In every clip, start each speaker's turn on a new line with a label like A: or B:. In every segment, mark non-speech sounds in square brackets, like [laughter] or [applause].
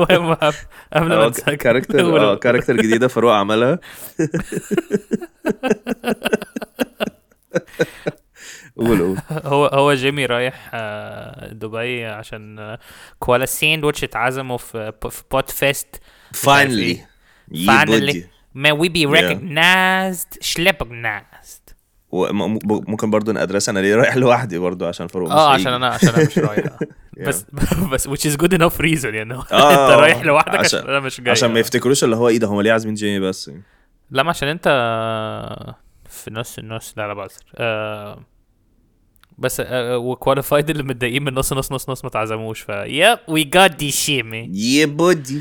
A: المهم
B: [laughs]
A: قبل- قبل ما
B: اه
A: أنساك، [laughs]
B: كاركتر
A: ولا-
B: اه كاركتر جديده فاروق عملها
A: [laughs]
B: قول قول
A: هو هو جيمي رايح آه، دبي عشان آه، كوالا ساندوتش اتعزموا في في بود فيست
B: فاينلي
A: إيه. فاينلي ما وي بي
B: Yeah.
A: ريكوجنايزد شليبوجنايزد
B: ممكن برضو نقدرس انا ليه رايح [laughs] لوحدي برضو عشان فاروق مش
A: اه
B: هيجي.
A: عشان انا عشان انا مش
B: [laughs]
A: رايح بس [laughs] بس which is good enough reason يعني انت [laughs]
B: آه،
A: رايح لوحدك
B: عشان-
A: عشان انا مش جاي
B: عشان ما
A: آه.
B: يفتكروش اللي هو ايه ده هم ليه عازمين جيمي بس يعني.
A: لا ما عشان انت في نص النص لا لا بهزر آه، بس وكواليفايد اللي متضايقين من نص نص نص نص ما اتعزموش ف يب وي جاد دي شيمي
B: يا بودي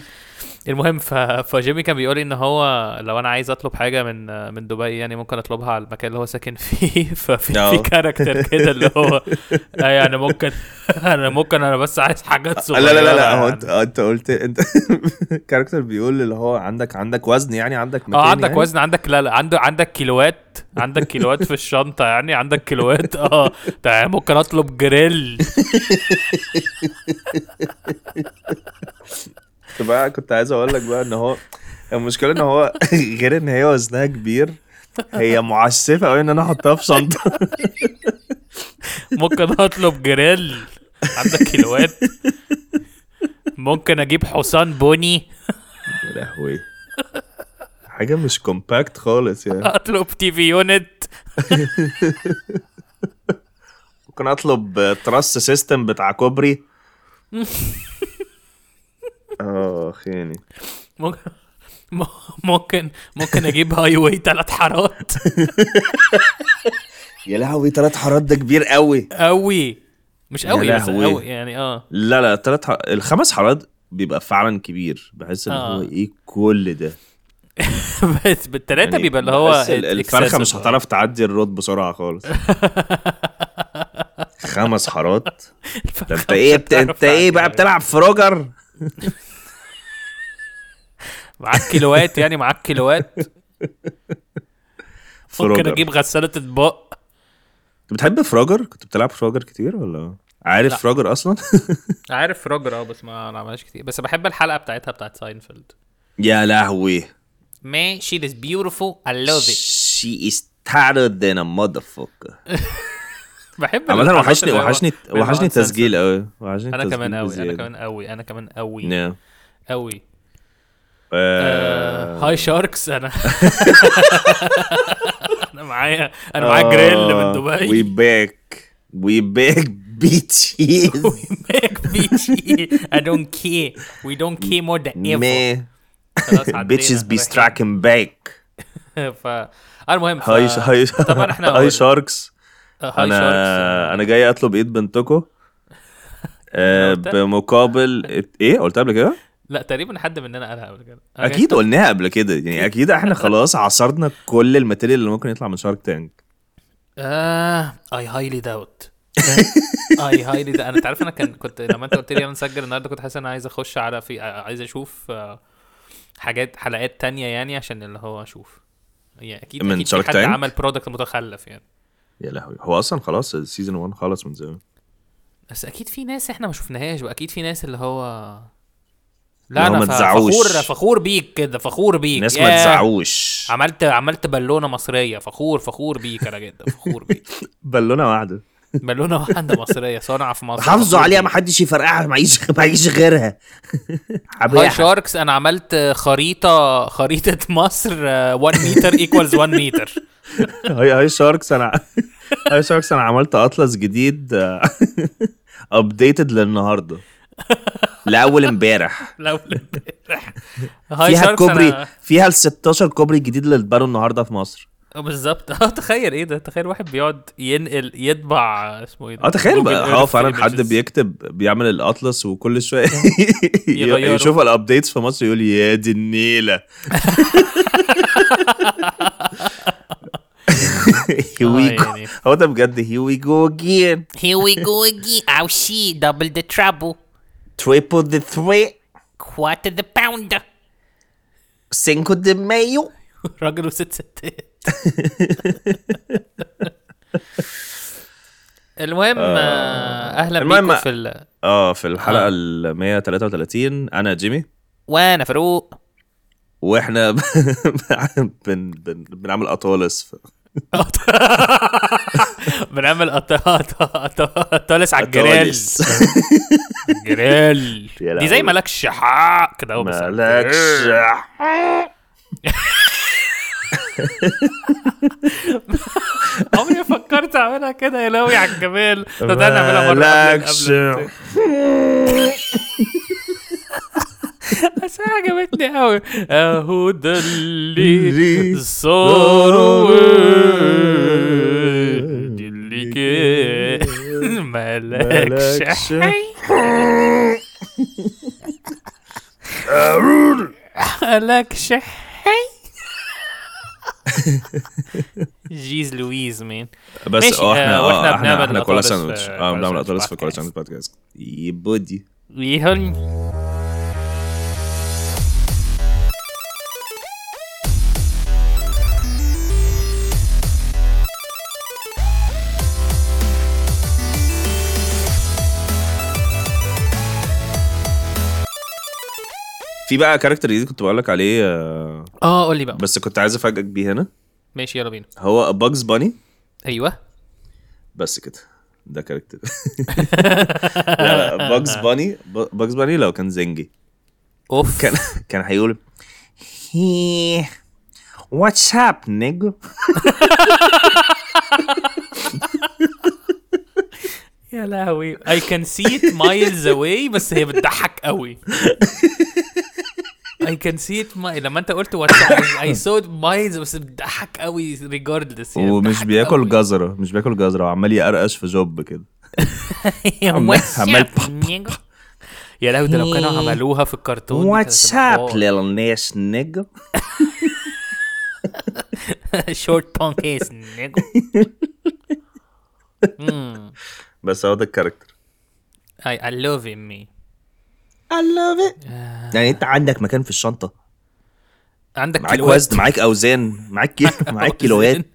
A: المهم ف... فجيمي كان بيقول لي ان هو لو انا عايز اطلب حاجه من من دبي يعني ممكن اطلبها على المكان اللي هو ساكن فيه [laughs] ففي
B: آه.
A: في كاركتر كده اللي هو آه يعني ممكن [laughs] انا ممكن انا بس عايز حاجات
B: لا
A: صغيره
B: لا لا لا هو
A: يعني.
B: انت آه، انت قلت انت [laughs] كاركتر بيقول اللي هو عندك عندك وزن يعني عندك مكان
A: اه عندك
B: يعني؟
A: وزن عندك لا لا عندك عندك كيلوات عندك كيلوات في الشنطه يعني عندك كيلوات اه ده ممكن اطلب جريل
B: كنت بقى كنت عايز اقول لك بقى ان هو المشكله ان هو [laughs] غير ان هي وزنها كبير هي معسفه قوي ان انا احطها في شنطه
A: ممكن اطلب جريل عندك كيلوات ممكن اجيب حصان بني
B: [laughs] يا لهوي حاجه مش كومباكت خالص يعني
A: اطلب تي في يونت
B: ممكن اطلب تراس سيستم بتاع [laughs] كوبري اه خيني
A: ممكن م- ممكن ممكن اجيب هاي واي ثلاث حارات
B: يا لهوي ثلاث حارات ده كبير قوي
A: قوي مش
B: يا
A: قوي بس
B: لهوي.
A: قوي يعني اه
B: لا لا ثلاث حر... الخمس حارات بيبقى فعلا كبير بحس ان
A: آه.
B: هو ايه كل ده
A: بس بالثلاثه
B: يعني
A: بيبقى اللي هو
B: بحس ال- الفرخه
A: excessive.
B: مش هتعرف تعدي الرود
A: [laughs]
B: بسرعه خالص خمس حارات ده انت ايه بت... انت ايه
A: يعني.
B: بقى بتلعب في روجر
A: معاك كيلوات يعني معاك كيلوات
B: [laughs] في
A: ممكن
B: روجر
A: اجيب غساله اطباق
B: انت بتحب في روجر كنت بتلعب في روجر كتير ولا عارف
A: لا.
B: في روجر اصلا
A: عارف روجر اه بس ما عملهاش كتير بس بحب الحلقه بتاعتها بتاعت ساينفيلد
B: [laughs] يا لهوي
A: ما شي از بيوتيفول اي لاف ات
B: She is tighter than a motherfucker
A: بحب
B: عامة
A: الحلقات
B: وحشني
A: اللي هو
B: وحشني
A: بالنوع
B: وحشني
A: السنسي.
B: التسجيل قوي وحشني
A: انا كمان قوي انا
B: بزيادة.
A: كمان قوي انا كمان قوي
B: Yeah.
A: قوي
B: نعم. آه،
A: هاي شاركس [laughs]
B: [laughs]
A: انا انا معايا
B: آه،
A: انا معايا جريل من
B: وي
A: [laughs] دبي
B: باك وي [laughs] باك
A: [laughs]
B: بيتشيز
A: ماك بيتشي اي دونت كي وي دونت كي مور ذان ايفر
B: ما [laughs]
A: [laughs]
B: بيتشيز بي سترايكن باك
A: ف المهم ف... آه،
B: هاي هاي
A: طبعا احنا
B: هاي شاركس
A: هاي
B: انا
A: شاركس
B: انا جاي اطلب
A: [laughs]
B: ايد بنتكو آه،
A: قلتها.
B: بمقابل ايه قلت قبل كده
A: لا تقريبا حد مننا قالها قبل كده أنا
B: اكيد قلناها قبل كده يعني اكيد احنا خلاص عصرنا كل الماتيريال اللي ممكن يطلع من شارك تانك
A: اه اي هايلي [laughs] داوت اي هايلي دا انا تعرف انا كان كنت لما انت قلت لي انا مسجل النهارده كنت حاسس ان انا عايز اخش على في آه، عايز اشوف آه، حاجات حلقات تانية يعني عشان اللي هو اشوف يعني اكيد
B: من
A: اكيد في
B: Shark
A: حد
B: Tank؟
A: عمل برودكت متخلف يعني
B: يا لهوي هو اصلا خلاص السيزون 1 خلص من زمان
A: إيه، بس اكيد في ناس احنا ما شفناهاش واكيد في ناس اللي هو
B: اللي
A: لا
B: هو
A: انا
B: ما
A: ف-
B: تزعوش.
A: فخور فخور بيك كده فخور بيك
B: الناس ما
A: ياه،
B: تزعوش
A: عملت عملت بالونه مصريه فخور فخور بيك انا جدا فخور بيك [laughs]
B: بالونه واحده
A: بالونه واحده مصريه صنع في مصر
B: حافظوا
A: فخور
B: عليها
A: بيك.
B: ما حدش يفرقعها ما يجيش ما يجيش غيرها
A: هاي
B: حبيحة
A: شاركس انا عملت خريطه خريطه مصر آه، 1 متر ايكوالز 1 متر
B: هاي هاي شاركس انا [laughs] هاي شاركس انا عملت اطلس جديد آه، ابديتد للنهارده لاول امبارح
A: [laughs] لو امبارح
B: فيها الكوبري فيها ال 16 كوبري الجديد اللي اتبنوا النهارده في مصر
A: بالظبط اه تخيل ايه ده تخيل واحد بيقعد ينقل يطبع آه، اسمه ايه ده
B: اه تخيل
A: Google
B: بقى
A: Earth
B: اه فعلا
A: images.
B: حد بيكتب بيعمل الاطلس وكل شويه
A: [laughs] يغيره.
B: يشوف الابديتس في مصر يقول يا
A: [laughs]
B: دي النيله Here we
A: آه،
B: go.
A: يعني.
B: هو ده بجد here we go again
C: Here we go again. [laughs] Oh, she double the trouble,
B: triple the three
C: quarter the pounder.
B: cinco de mayo
A: [laughs] راجل
B: [laughs]
A: وست ستات المهم
B: آه.
A: آه، اهلا
B: المهم-
A: بيكم في ال...
B: اه في الحلقه
A: آه.
B: ال 133 انا جيمي
A: وانا فاروق
B: واحنا ب- [laughs] بن بن بنعمل اطالس ف-
A: بنعمل أط- أط- أط- اطالس على الجريل
B: أطالس.
A: جريل
B: [laughs] يا
A: دي زي
B: لهوي.
A: مالكش حق كده هو بس
B: مالكش
A: عمري ما فكرت اعملها كده يا لوي على الجمال طب تعالى نعملها مره قبل-
B: مالكش
A: قبل بس عجبتني قوي اهو ده اللي صاروا دي اللي كان مالكش
B: مالكش.
A: مالكش جيز لويز مين
B: بس
A: ماشي،
B: اه احنا
A: آه،
B: اه
A: وإحنا
B: احنا
A: بنعمل
B: احنا كولا
A: أطالس في-
B: ساندوتش اه
A: كولا
B: بنعمل
A: ساندويتش
B: اطالس في كولا
A: بودكاست.
B: ساندوتش بودكاست يبودي
A: ويهن
B: في بقى كاركتر جديد كنت بقول لك عليه آه،
A: اه قول لي بقى
B: بس كنت عايز افاجئك بيه هنا
A: ماشي يلا بينا
B: هو باجز باني
A: ايوه
B: بس كده ده كاركتر [laughs] لا لا
A: [laughs]
B: باجز باني باجز باني لو كان زنجي
A: اوف
B: [laughs] كان كان هيقول هي واتس اب نيجو
A: يا لهوي I can see it miles away بس هي بتضحك قوي I can see it my... لما انت قلت what
B: [coughs]
A: I saw it miles بس بتضحك قوي regardless يعني
B: ومش
A: [laughs] بتضحك
B: بياكل
A: قوي.
B: جزره مش بياكل جزره وعمال يقرقش في جوب كده
A: What's
B: عمال
A: up, nigga؟ يا لهوي ده لو كانوا عملوها في الكرتون دي كانت هتبقى حوار.
B: ليل ناس نيجو
A: [laughs] short punk ass nigga Mm.
B: بس هو ده الكاركتر
A: I, I love him me
B: I love it
A: آه.
B: يعني انت عندك مكان في الشنطه
A: عندك
B: معاك
A: كيلوات.
B: وزن معاك اوزان معاك [laughs] كيلو
A: [laughs]
B: معاك كيلوات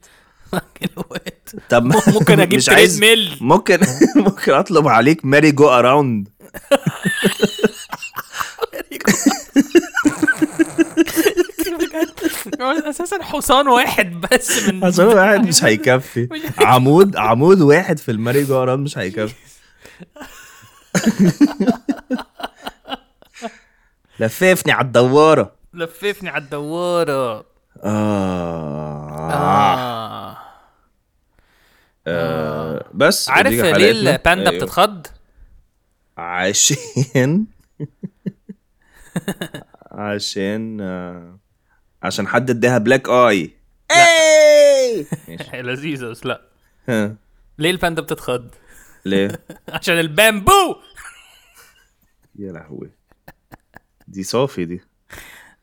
A: كيلوات
B: طب ما- [laughs]
A: ممكن اجيب
B: مش عايز-
A: تريد ميل [laughs]
B: ممكن [laughs] ممكن اطلب عليك ماري جو اراوند
A: اساسا حصان واحد بس من
B: عشان واحد
A: [laughs]
B: مش هيكفي عمود عمود واحد في الماري جو اراوند
A: [laughs]
B: مش هيكفي لففني على الدواره
A: لففني على الدواره
B: آه.
A: آه.
B: آه. بس
A: عارف
B: دي
A: ليه
B: حلقتنا.
A: الباندا
B: أيوه. [laughs]
A: بتتخض؟ [laughs]
B: عشان عشان آه، عشان حد اداها بلاك اي
A: إيه! لذيذه بس لا
B: ها،
A: ليه الباندا بتتخض؟ [laughs]
B: ليه
A: عشان البامبو
B: يا لهوي دي صافي دي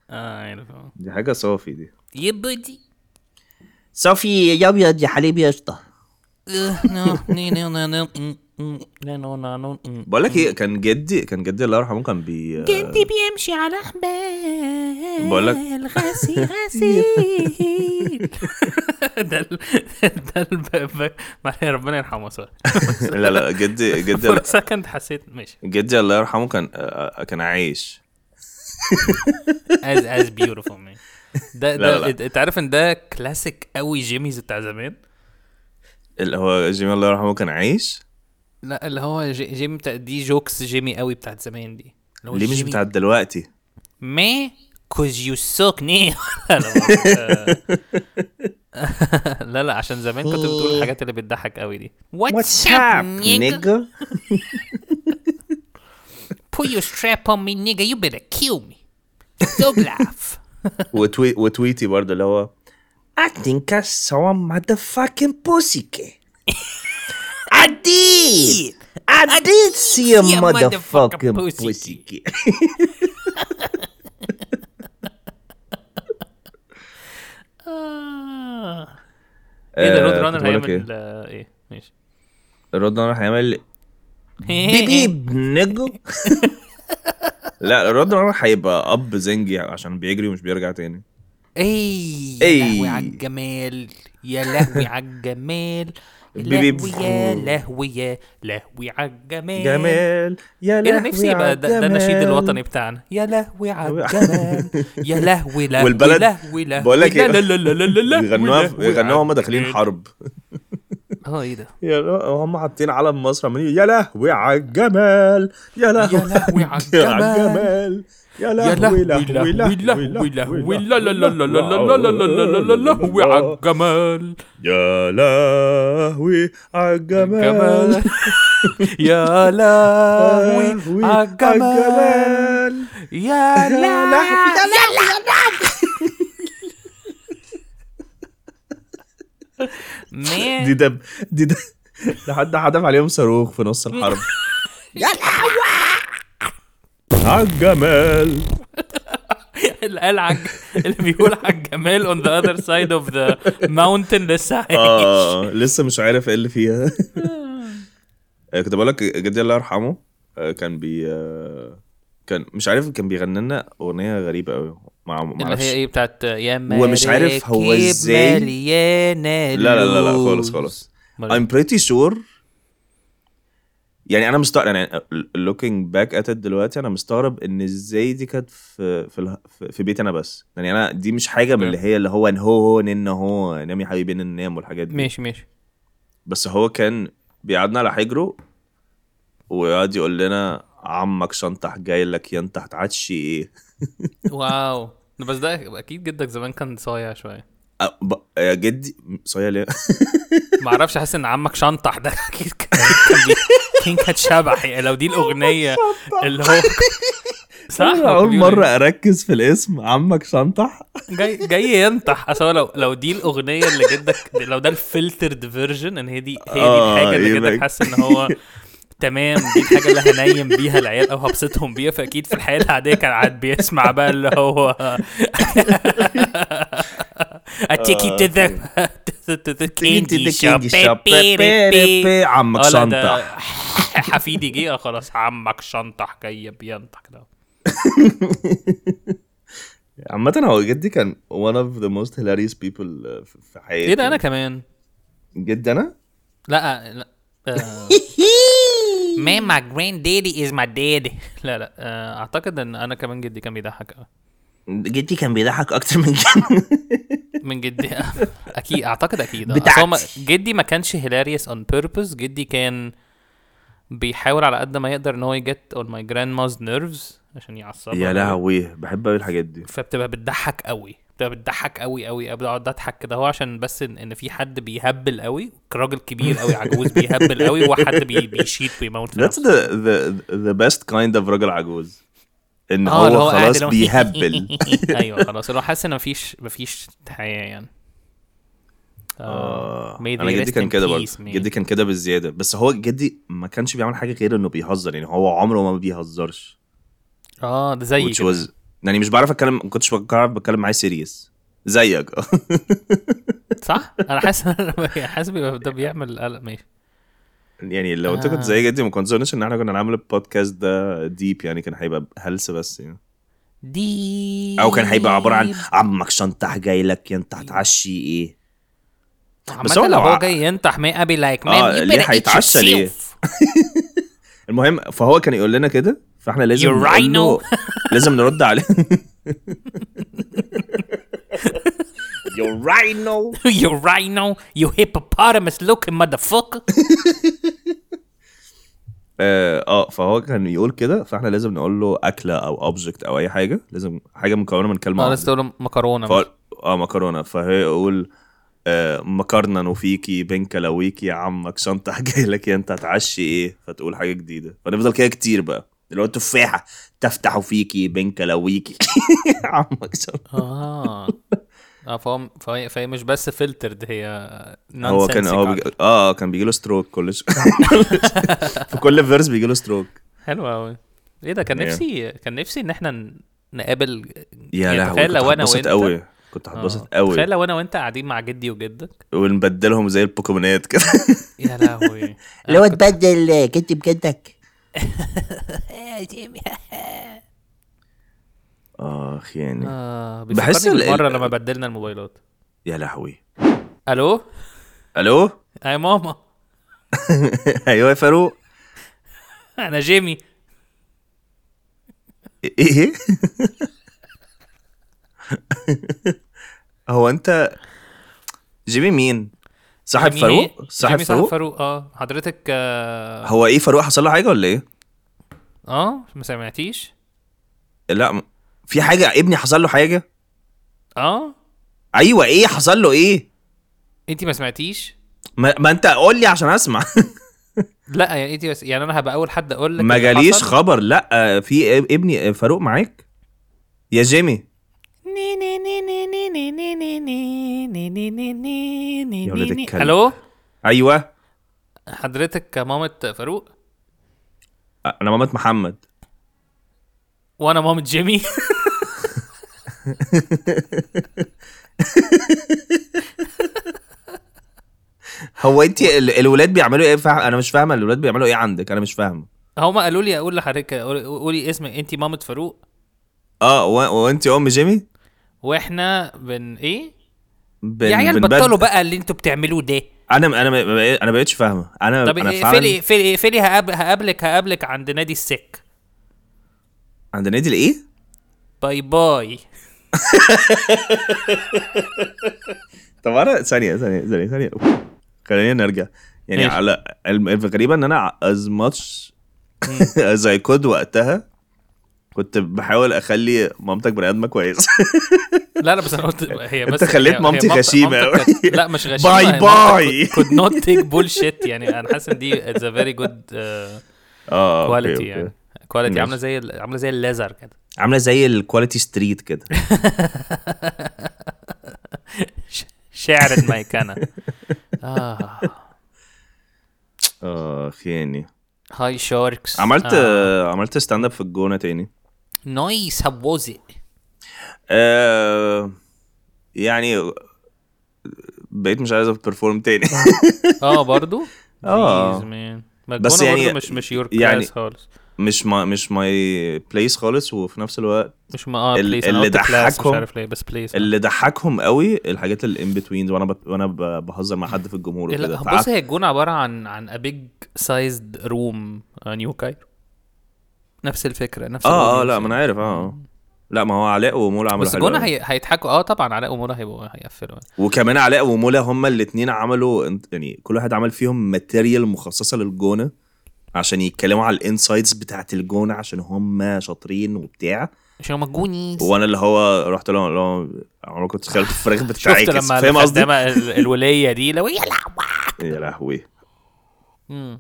A: اه عارف.
B: دي حاجه صافي دي
C: يبدي
B: صافي يا ابيض يا حليبي يا اسطى بقول لك ايه كان جدي كان جدي الله يرحمه كان بي
C: جدي بيمشي على حبال
B: بقول لك
C: غسي
B: [laughs]
C: غسي
A: ده ال- ده الباب ربنا يرحمه صار
B: [laughs] لا لا جدي
A: [laughs]
B: جدي
A: فور سكند حسيت ماشي
B: [laughs] جدي الله يرحمه كان آه، كان عايش
A: از از بيوتيفول مان ده
B: لا،
A: ده
B: لا.
A: انت عارف ان ده كلاسيك قوي جيميز بتاع زمان
B: اللي هو جيمي الله يرحمه كان عايش
A: لا اللي هو جي- جيمي بتاع دي جوكس جيمي قوي بتاعت زمان دي اللي هو
B: ليه مش
A: جيمي-
B: بتاع دلوقتي
A: ما كوز يو سوك ني [laughs] لا لا، [laughs] آه. لا لا عشان زمان كنت بتقول الحاجات اللي بتضحك قوي دي
C: What's up, nigga?
B: نيجا
C: Put your strap on me, nigga. You better kill me. Thug laugh.
B: وتوي... وتويتي برضه اللي هو
D: I think I saw a motherfucking pussy cat. I did. I, did see a
C: see a motherfucking
D: motherfucking,
C: pussy
D: pussy cat.
A: آه. ايه
B: [laughs]
A: ده رود
B: آه،
A: رانر
B: كنت بقولك
A: هيعمل آه، ايه ماشي
B: رد انا هيعمل
D: Baby, nigga.
B: لا رد انا هيبقى اب زنجي عشان بيجري ومش بيرجع تاني
A: اي يا
B: إي.
A: لهوي على الجمال يا لهوي على الجمال
B: بيبي-
A: لهوي يا لهوي يا لهوي عالجمال
B: جمال يا
A: انا نفسي يبقى ده, ده النشيد
B: عالجمال.
A: الوطني بتاعنا يا لهوي
B: [laughs]
A: عالجمال يا لهوي لهوي
B: والبلد-
A: لهوي لهوي
B: بقول لك
A: لا
B: إيه؟
A: لا لا لا لا لا لهوي
B: بيغنوها
A: لهوي
B: بيغنوها وهم
A: عالجمال.
B: داخلين حرب
A: اه ايه ده
B: يا لا- هم حاطين علم مصر عمالين يا لهوي على الجمال يا لهوي
A: لهوي
B: على
A: عالجمال.
B: الجمال يا
A: يا
B: لهوي
A: لهوي
B: لهوي
A: لهوي لهوي لهوي لا لا لا لا لا لا لا لا لا لا لهوي
B: لهوي
A: عالجمال
B: يا لهوي على الجمال
A: جمال [laughs] يا لهوي
B: لهوي على
A: عالجمال
B: الجمال
A: يا لهوي [laughs]
B: دي دب دي دب ده حد حدف عليهم صاروخ في نص الحرب على
A: [laughs]
B: الجمال
A: القلعة اللي بيقول على الجمال on the other side of the mountain لسه عايش
B: اه لسه مش عارف ايه اللي
A: [laughs]
B: فيها آه، كنت بقول لك جدي الله يرحمه آه، كان بي آه، كان مش عارف كان بيغني لنا اغنيه غريبه قوي ما ما
A: اللي هي
B: اعرفش
A: ايه بتاعت يا
B: هو مش عارف هو
A: مراكب
B: إزاي-
A: مليانة
B: لا لا لا لا خالص
A: لوز.
B: خالص
A: مال-
B: I'm pretty sure يعني انا مستغرب يعني looking back at it دلوقتي انا مستغرب ان ازاي دي كانت في في, اله- في في بيتي انا بس يعني انا دي مش حاجه من اللي هي اللي هو ان هو نن هو نام يا حبيبي نن نام والحاجات دي
A: ماشي ماشي
B: بس هو كان بيقعدنا على حجره ويقعد يقول لنا عمك شنطح جاي لك يا انت هتعتشي ايه
A: واو [laughs] بس ده اكيد جدك زمان كان صايع شويه
B: أ- ب- يا جدي صايع ليه
A: ما اعرفش حاسس ان عمك شنطح ده [laughs] اكيد كان كان بي- كان كانت شبح يعني لو دي الاغنيه اللي
B: [laughs]
A: هو صح هو كان
B: اول
A: بيقول
B: مره اركز في الاسم عمك شنطح
A: جاي جاي ينطح اصل هو لو لو دي الاغنيه اللي جدك لو ده الفلترد فيرجن ان هي دي هي دي
B: آه،
A: الحاجه اللي
B: يبقى-
A: جدك حاسس ان هو تمام دي الحاجه اللي هنيم بيها العيال او هبسطهم بيها فاكيد في الحياه العاديه كان قاعد بيسمع بقى اللي هو [laughs] اتيكي تو ذا تو ذا كيندي شوب بي- بي- بي- بي.
B: عمك
A: آه، لا، ده
B: شنطح
A: [laughs] حفيدي جه آه، خلاص عمك شنطح جاي بينطح ده
B: عامة هو جدي كان one of the most hilarious people آه، في- في حياتي
A: ايه ده انا كمان
B: جدي [laughs] انا؟
A: لا لا آه،
C: Man, my granddaddy is my daddy.
A: [laughs] لا لا آه، اعتقد ان انا كمان جدي كان بيضحك آه، أوي.
B: جدي كان بيضحك اكتر من جدي
A: من جدي [laughs] اكيد اعتقد اكيد آه. أصل هو ما- جدي ما كانش هيلاريوس اون بيربز جدي كان بيحاول على قد ما يقدر ان هو يجت اون ماي جراند ماز نيرفز عشان يعصبها
B: [laughs] يا لهوي بحب قوي الحاجات
A: [laughs]
B: دي
A: فبتبقى بتضحك قوي بتبقى بتضحك قوي قوي قوي بقعد اضحك كده هو عشان بس ان, إن في حد بيهبل قوي راجل كبير قوي عجوز بيهبل قوي وحد بي بيشيط بيموت في
B: That's
A: نفسه.
B: the the the best kind of راجل عجوز ان
A: آه، اللي
B: هو
A: قاعد
B: خلاص
A: اللي هو [laughs]
B: بيهبل
A: ايوه خلاص اللي هو حاسس ان مفيش مفيش حياه يعني
B: آه،
A: May
B: انا
A: they
B: جدي
A: rest
B: كان
A: in
B: كده
A: peace،
B: برضه
A: man.
B: جدي كان كده بالزياده بس هو جدي ما كانش بيعمل حاجه غير انه بيهزر يعني هو عمره ما بيهزرش
A: اه ده زي
B: which was يعني مش بعرف اتكلم ما كنتش بعرف بتكلم معاه سيريس زيك [laughs] آه.
A: صح انا حاسس [laughs] يعني حاسس بيبقى ده بيعمل قلق ماشي
B: يعني لو انت كنت زي جدي ما كنت اظنش ان احنا كنا هنعمل البودكاست ده ديب يعني كان هيبقى هلس بس يعني
A: دي
B: او كان هيبقى عباره
A: إيه.
B: عن عمك شنطه جاي لك يا انت هتعشي ايه بس هو لو
A: هو
B: ع-
A: جاي ينطح ما ابي لايك
B: اه
A: مان
B: ليه هيتعشى ليه؟
A: [laughs]
B: المهم فهو كان يقول لنا كده فاحنا لازم
A: You
B: نقول له- [laughs] لازم نرد عليه
D: You're right now.
A: يو راينو يو هيبوبوتامس لوك ماذر فوكر
B: [laughs] اه [laughs] آه، فهو كان يقول كده فاحنا لازم نقول له اكله او اوبجكت او اي حاجه لازم حاجه مكونه من كلمه
A: خلاص
B: واحده
A: تقول له مكرونه
B: فهو- اه مكرونه فهي يقول آه مكرنا وفيكي بنك لويكي يا عمك [laughs] شنطه جاي لك يا انت هتعشي ايه فتقول حاجه جديده فنفضل كده كتير بقى اللي هو تفاحه تفتح فيكي بنك لويكي [laughs] عمك شنطه [laughs]
A: اه اه فهو فهي, فهي مش بس فلترد هي
B: هو كان
A: nonsensical.
B: هو بيجي... اه كان بيجي له ستروك كل
A: [laughs]
B: شويه [laughs] في كل فيرس بيجي له ستروك
A: حلو قوي ايه ده كان
B: ايه.
A: نفسي كان نفسي ان احنا ن- نقابل
B: يا
A: يعني تخيل
B: لهوي كنت
A: لو انا
B: هتبسط
A: وانت
B: قوي كنت
A: آه،
B: هتبسط قوي
A: تخيل لو انا وانت قاعدين مع جدي
B: [laughs]
A: وجدك
B: ونبدلهم زي البوكيمونات كده [laughs]
A: يا لهوي
E: اللي هو اتبدل كنت بجدك
B: [laughs] اخ يعني
A: آه
B: بحس
A: بحس
B: ال-
A: المره
B: ال-
A: لما بدلنا الموبايلات
B: يا لهوي
A: الو
B: [laughs] الو
A: يا ماما [laughs]
B: ايوه يا فاروق
A: انا جيمي
B: ايه [laughs] هو انت جيمي مين صاحب
A: جيمي إيه؟
B: فاروق صاحب
A: جيمي صاحب
B: فاروق
A: فاروق اه حضرتك اه
B: هو ايه فاروق حصل له حاجه ولا ايه
A: آه، ما سمعتيش
B: لا م- في حاجه ابني حصل له حاجه
A: اه
B: ايوه ايه حصل له ايه
A: انت ما سمعتيش
B: ما, ما انت قول لي عشان اسمع
A: لا يعني انت بس يعني انا هبقى اول حد اقول لك
B: ما
A: اللي
B: جاليش
A: حصل.
B: خبر لا آه، في اب- ابني فاروق معاك يا جيمي
A: ني ني ني ني ني ني ني ني ني ني ني ني ني ني
B: يا ولاد
A: ني ني.
B: الكلب.
A: الو
B: ايوه
A: حضرتك مامة فاروق
B: انا مامة محمد
A: وانا مامة جيمي [laughs]
B: هو انت ال- الولاد بيعملوا ايه فا... انا مش فاهمه الولاد بيعملوا ايه عندك انا مش فاهم
A: هما قالوا لي اقول لحضرتك قولي- قولي اسمك انت مامة فاروق
B: اه و... وانت ام جيمي
A: واحنا بن ايه
B: بن...
A: يا عيال
B: بنبدل-
A: بطلوا بقى اللي انتوا بتعملوه ده
B: انا انا ما- ما- انا بقتش فاهمه انا
A: طب إيه،
B: انا
A: اقفلي اقفلي اقفلي هقابل- هقابلك هقابلك عند نادي السك
B: عند نادي الايه
A: باي باي
B: طب انا ثانيه ثانيه ثانيه ثانيه خلينا نرجع يعني
A: ماشي.
B: على الم- الغريبه ان انا از ماتش [laughs] از اي كود وقتها كنت بحاول اخلي مامتك بني ادمه كويس
A: لا لا بس انا قلت هي بس
B: انت خليت
A: هي- هي
B: مامتي
A: مامتك-
B: غشيمة
A: مامتك
B: أوي.
A: كانت- لا مش غشيمه
B: باي
A: هي مامتك
B: باي.
A: could- could not take bullshit يعني انا حاسس ان دي اتس ا فيري جود
B: اه أوكي،
A: كواليتي
B: أوكي.
A: uh, يعني كواليتي
B: ماشي.
A: عامله زي ال- عامله زي الليزر كده
B: عامله زي الكواليتي ستريت [laughs] كده
A: ش- شعر
B: [laughs]
A: الميكنه اه
B: اخ يعني
A: هاي شاركس
B: عملت آه. عملت ستاند اب في الجونه تاني
A: نايس هاو واز ات
B: آه يعني بقيت مش عايز ابرفورم
A: [laughs]
B: تاني [laughs]
A: اه برضو
B: آه.
A: Jeez, man.
B: بس
A: مجنونة
B: يعني-
A: برضو مش مش يور
B: يعني-
A: كلاس خالص
B: مش ما مش ماي بليس خالص وفي نفس الوقت
A: مش ما اه
B: ال-
A: بليز انا
B: اللي
A: قلت كلاس مش
B: ضحكهم-
A: عارف ليه بس بليز
B: اللي ضحكهم قوي الحاجات اللي ان بتوينز وانا بت... وانا ب- بهزر مع حد في الجمهور وكده
A: لا بص
B: فقعدت-
A: هي الجون عباره عن عن a big sized room آه، نيو كايرو نفس الفكره نفس
B: اه اه
A: الaudience
B: لا ما انا
A: يعني.
B: عارف اه آه. لا ما هو علاء ومولا عملوا
A: بس
B: حلو
A: الجون
B: قوي.
A: هي... هيضحكوا اه طبعا علاء ومنى هيبقوا هيقفلوا يعني.
B: وكمان علاء ومولا هما الاتنين عملوا يعني كل واحد عمل فيهم ماتيريال مخصصه للجونه عشان يتكلموا على الانسايتس بتاعت الجونه عشان هما شاطرين وبتاع
A: عشان هم جونيز
B: وانا اللي هو رحت لهم اللي هو عمرك كنت تخيلت الفراخ
A: شفت
B: بتتعاكس
A: لما
B: فاهم قصدي؟
A: الخدامة ال- الوليه دي لو يلا
B: يا لهوي
A: مم.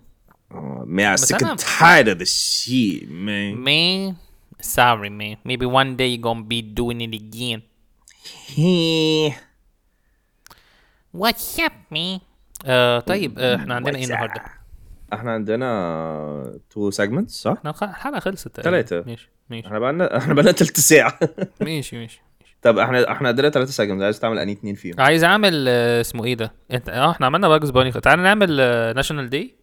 B: آه، man, I
A: بس
B: sick
A: أنا-
B: and tired of this shit, man.
A: me sorry man maybe one day you're gonna be doing it again
C: What's up, man?
A: آه طيب آه احنا عندنا ايه النهارده؟
B: احنا عندنا تو segments صح؟
A: احنا خ- الحلقه خلصت تقريباً.
B: تلاتة.
A: ماشي ماشي
B: [laughs] احنا بقالنا احنا بقالنا تلت ساعة [laughs]
A: ماشي ماشي
B: طب احنا احنا عندنا ثلاثة segments عايز تعمل انهي اتنين فيهم؟
A: عايز اعمل آه، اسمه ايه ده؟ انت اه احنا عملنا باجز باني تعال نعمل ناشونال داي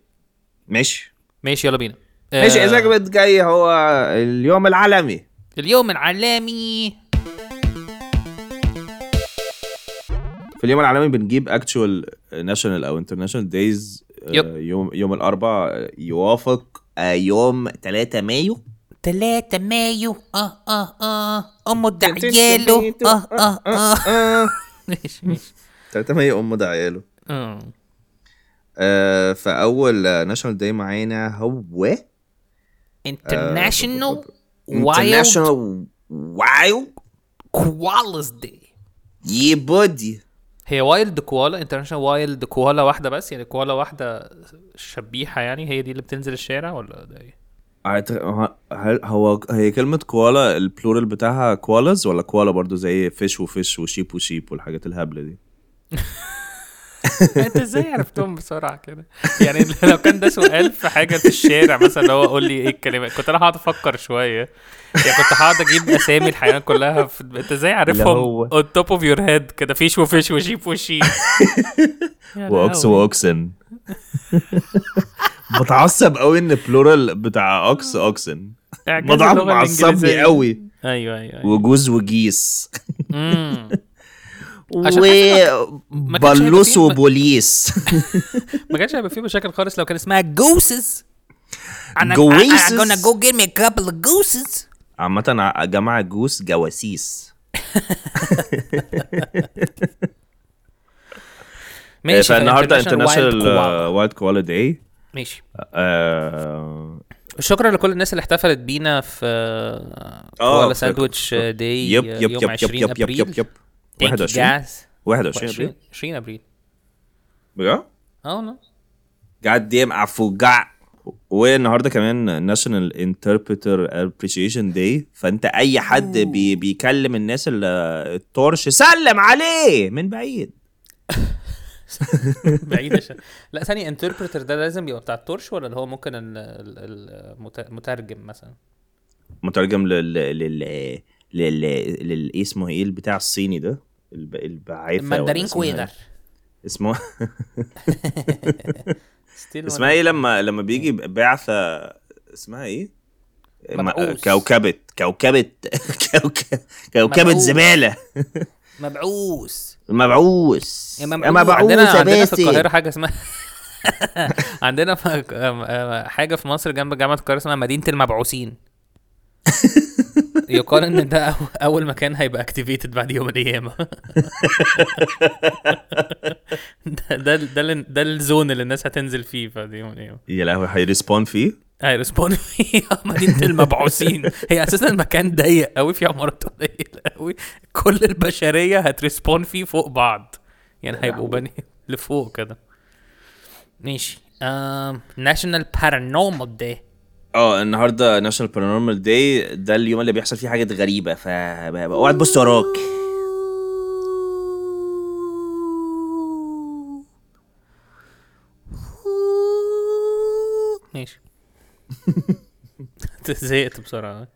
B: ماشي
A: ماشي يلا بينا آه،
B: ماشي اذا كنت جاي هو اليوم العالمي
A: اليوم العالمي
B: في اليوم العالمي بنجيب اكتشوال ناشونال او انترناشونال دايز
A: يب.
B: آه، يوم يوم الاربعاء آه، يوافق آه، يوم 3 مايو
C: 3 مايو
A: آه،
C: اه اه اه امه دعياله اه اه
B: آه،
A: آه.
C: اه
A: ماشي ماشي
B: 3 مايو ام ده عياله
A: آه.
B: آه، فاول ناشونال داي معانا هو
C: انترناشونال
B: آه،
C: وايلد
B: انترناشونال وايلد
C: كوالز دي
B: يي بودي
A: هي وايلد كوالا انترناشونال وايلد كوالا واحده بس يعني كوالا واحده شبيحه يعني هي دي اللي بتنزل الشارع ولا ده ايه؟
B: أعتقد- ه- هل هو هي كلمة كوالا البلورال بتاعها كوالاز ولا كوالا برضو زي فيش وفيش وشيب وشيب والحاجات الهبلة دي
A: انت ازاي عرفتهم بسرعه كده؟ يعني لو كان ده سؤال في حاجه في الشارع مثلا اللي هو قول لي ايه الكلمه كنت انا هقعد افكر شويه يعني كنت هقعد اجيب اسامي الحيوانات كلها في... انت ازاي
B: هو.
A: عارفهم on top of your head كده فيش وفيش وشيب وشيب يا
B: واوكس
A: لهوي.
B: [laughs] واوكسن بتعصب قوي ان بلورال بتاع اوكس اوكسن
A: إعجاز
B: الموضوع
A: اللغة أيوة،
B: معصبني
A: الإنجليزية.
B: قوي
A: ايوه ايوه, أيوة.
B: [laughs] وجوز وجيس
A: مم. عشان ما كانش هيبقى فيه-
F: وبلوس وبوليس
A: ما كانش هيبقى فيه مشاكل خالص لو كان اسمها جوسز
F: جويسس.
C: I'm gonna go get me a couple of gooses.
B: [laughs] عامة ع- جماعة جوس جواسيس
A: ماشي
B: فالنهارده
A: International Wild
B: انترناشونال
A: Koala.
B: وايلد كوالا داي
A: ماشي
B: اه
A: شكرا لكل الناس اللي احتفلت بينا في
B: آه،
A: كوالا
B: في-
A: ساندويتش داي
B: يب يب
A: آه، يوم
B: يب يب
A: 20
B: يب يب
A: ابريل
B: يب يب 21
A: 21
B: 21 ابريل
A: 20 ابريل
B: بجد؟
A: اه نو
B: جاد ديم عفوجع والنهارده كمان ناشونال انتربريتر ابريشيشن داي فانت اي حد بي بيكلم الناس اللي الطرش سلم عليه من بعيد
A: بعيد عشان لا ثانية انتربريتر ده لازم يبقى بتاع الترش ولا اللي هو ممكن ال- ال- المت- المترجم مثلا
B: مترجم لل لل لل لل إيه اسمه ايه البتاع الصيني ده الب... البعافة ولا
A: المندرين
B: اسمها إيه؟
A: كويدر
B: اسمه [laughs]
A: ستيل
B: اسمها ايه لما لما بيجي بعثة اسمها ايه؟ ما-
A: مبعوث.
B: كوكبة كوكبة كوكبة كوكبة
A: مبعوث.
B: زبالة إيه؟
A: مبعوث
B: المبعوث
A: يا
E: يا
A: مبعوث
E: مبعوث
A: عندنا
E: يا
A: عندنا في
E: باسل.
A: القاهرة حاجة اسمها [laughs] عندنا في آم، آم، حاجة في مصر جنب جامعة القاهرة اسمها مدينة المبعوثين يقال ان ده أو- اول مكان هيبقى اكتيفيتد بعد يوم من الايام [laughs] ده ده ده, ال- ده الزون اللي الناس هتنزل فيه بعد يوم من الايام
B: يا لهوي هيريسبون فيه
A: [laughs] هيرسبون فيها مدينة المبعوثين هي اساسا مكان ضيق قوي في عمارات قليلة قوي كل البشرية هترسبون فيه فوق بعض يعني هيبقوا بني لفوق كده ماشي ناشونال بارانورمال داي
B: اه النهارده ناشونال بارانورمال داي ده اليوم اللي بيحصل فيه حاجات غريبه ف اوعى تبص وراك
A: ماشي [laughs] زهقت بسرعة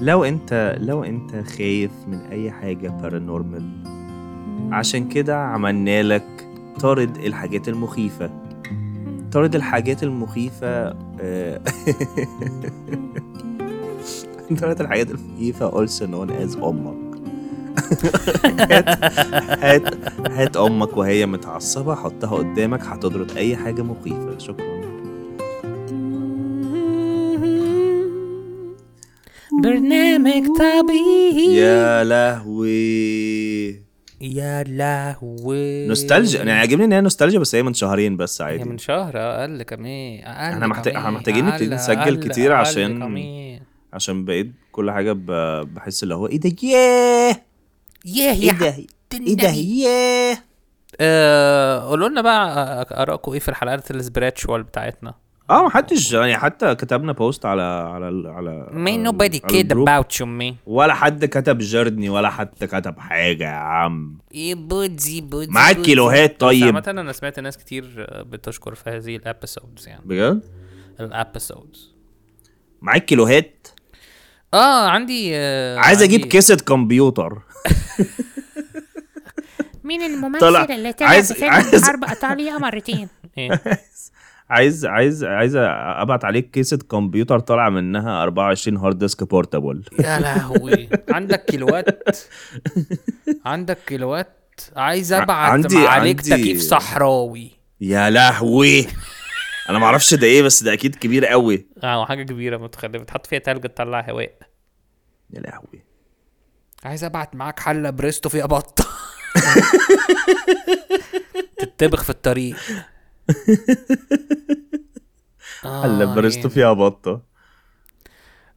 B: لو انت لو انت خايف من اي حاجه بارانورمال عشان كده عملنا لك طارد الحاجات المخيفه طارد الحاجات المخيفه آه، [laughs] طارد الحاجات المخيفه also known as امك هات هات هات امك وهي متعصبه حطها قدامك هتطرد اي حاجه مخيفه شكرا
A: برنامج طبيعي
B: يا لهوي
A: يا لهوي
B: نوستالجيا انا عاجبني ان هي نوستالجيا بس هي من شهرين بس
A: هي من
B: عادي
A: شهر اقل كمان اقل
B: احنا محتاج-
A: كمان،
B: احنا محتاجين نبتدي
A: أقل-
B: نسجل
A: أقل-
B: كتير
A: أقل
B: عشان-
A: كمان.
B: عشان بقيت كل حاجه ب- بحس اللي هو ايه ده ياه
C: Yeah,
B: ايه
C: yeah.
B: ده ايه ده ياه
A: آه، قولوا لنا بقى آه، ارائكم ايه في الحلقات السبريتشوال بتاعتنا
B: اه محدش يعني حتى كتبنا بوست على على ال- على
A: may
B: على-
A: nobody
B: على
A: cared
B: آه، الجروب.
A: about you me
B: ولا حد كتب جيرني ولا حد كتب حاجه يا عم
A: إيه،
C: Yeah, boozy, boozy,
B: معاك
C: boozy.
B: كيلوهات
A: عامة
B: طيب
A: انا سمعت ناس كتير آه، بتشكر في هذه الابيسودز يعني
B: بجد
A: الابيسودز
B: معاك كيلوهات
A: اه عندي آه،
B: عايز
A: عندي-
B: اجيب كيسه كمبيوتر
G: مين الممثل
B: طلع-
G: اللي طلع
B: عايز-
G: في فيلم
B: عايز-
G: حرب
B: [laughs]
G: ايطاليا مرتين
A: إيه؟
B: [laughs] عايز عايز عايز ابعت عليك كيسه كمبيوتر طالعه منها 24 هارد ديسك بورتابل
A: [laughs] يا لهوي عندك
B: [laughs]
A: كيلوات عندك كيلوات عايز ابعت
B: عندي-
A: عندي عليك
B: عندي-
A: تكييف صحراوي
B: يا لهوي انا ما اعرفش ده ايه بس ده اكيد كبير قوي
A: اه حاجه كبيره متخلفه بتحط فيها تلج تطلع هواء
B: يا لهوي
A: عايز ابعت معاك حله بريستو فيها بط [laughs] تتبخ في الطريق آه،
B: هلا برزت
A: يعني.
B: فيها بطه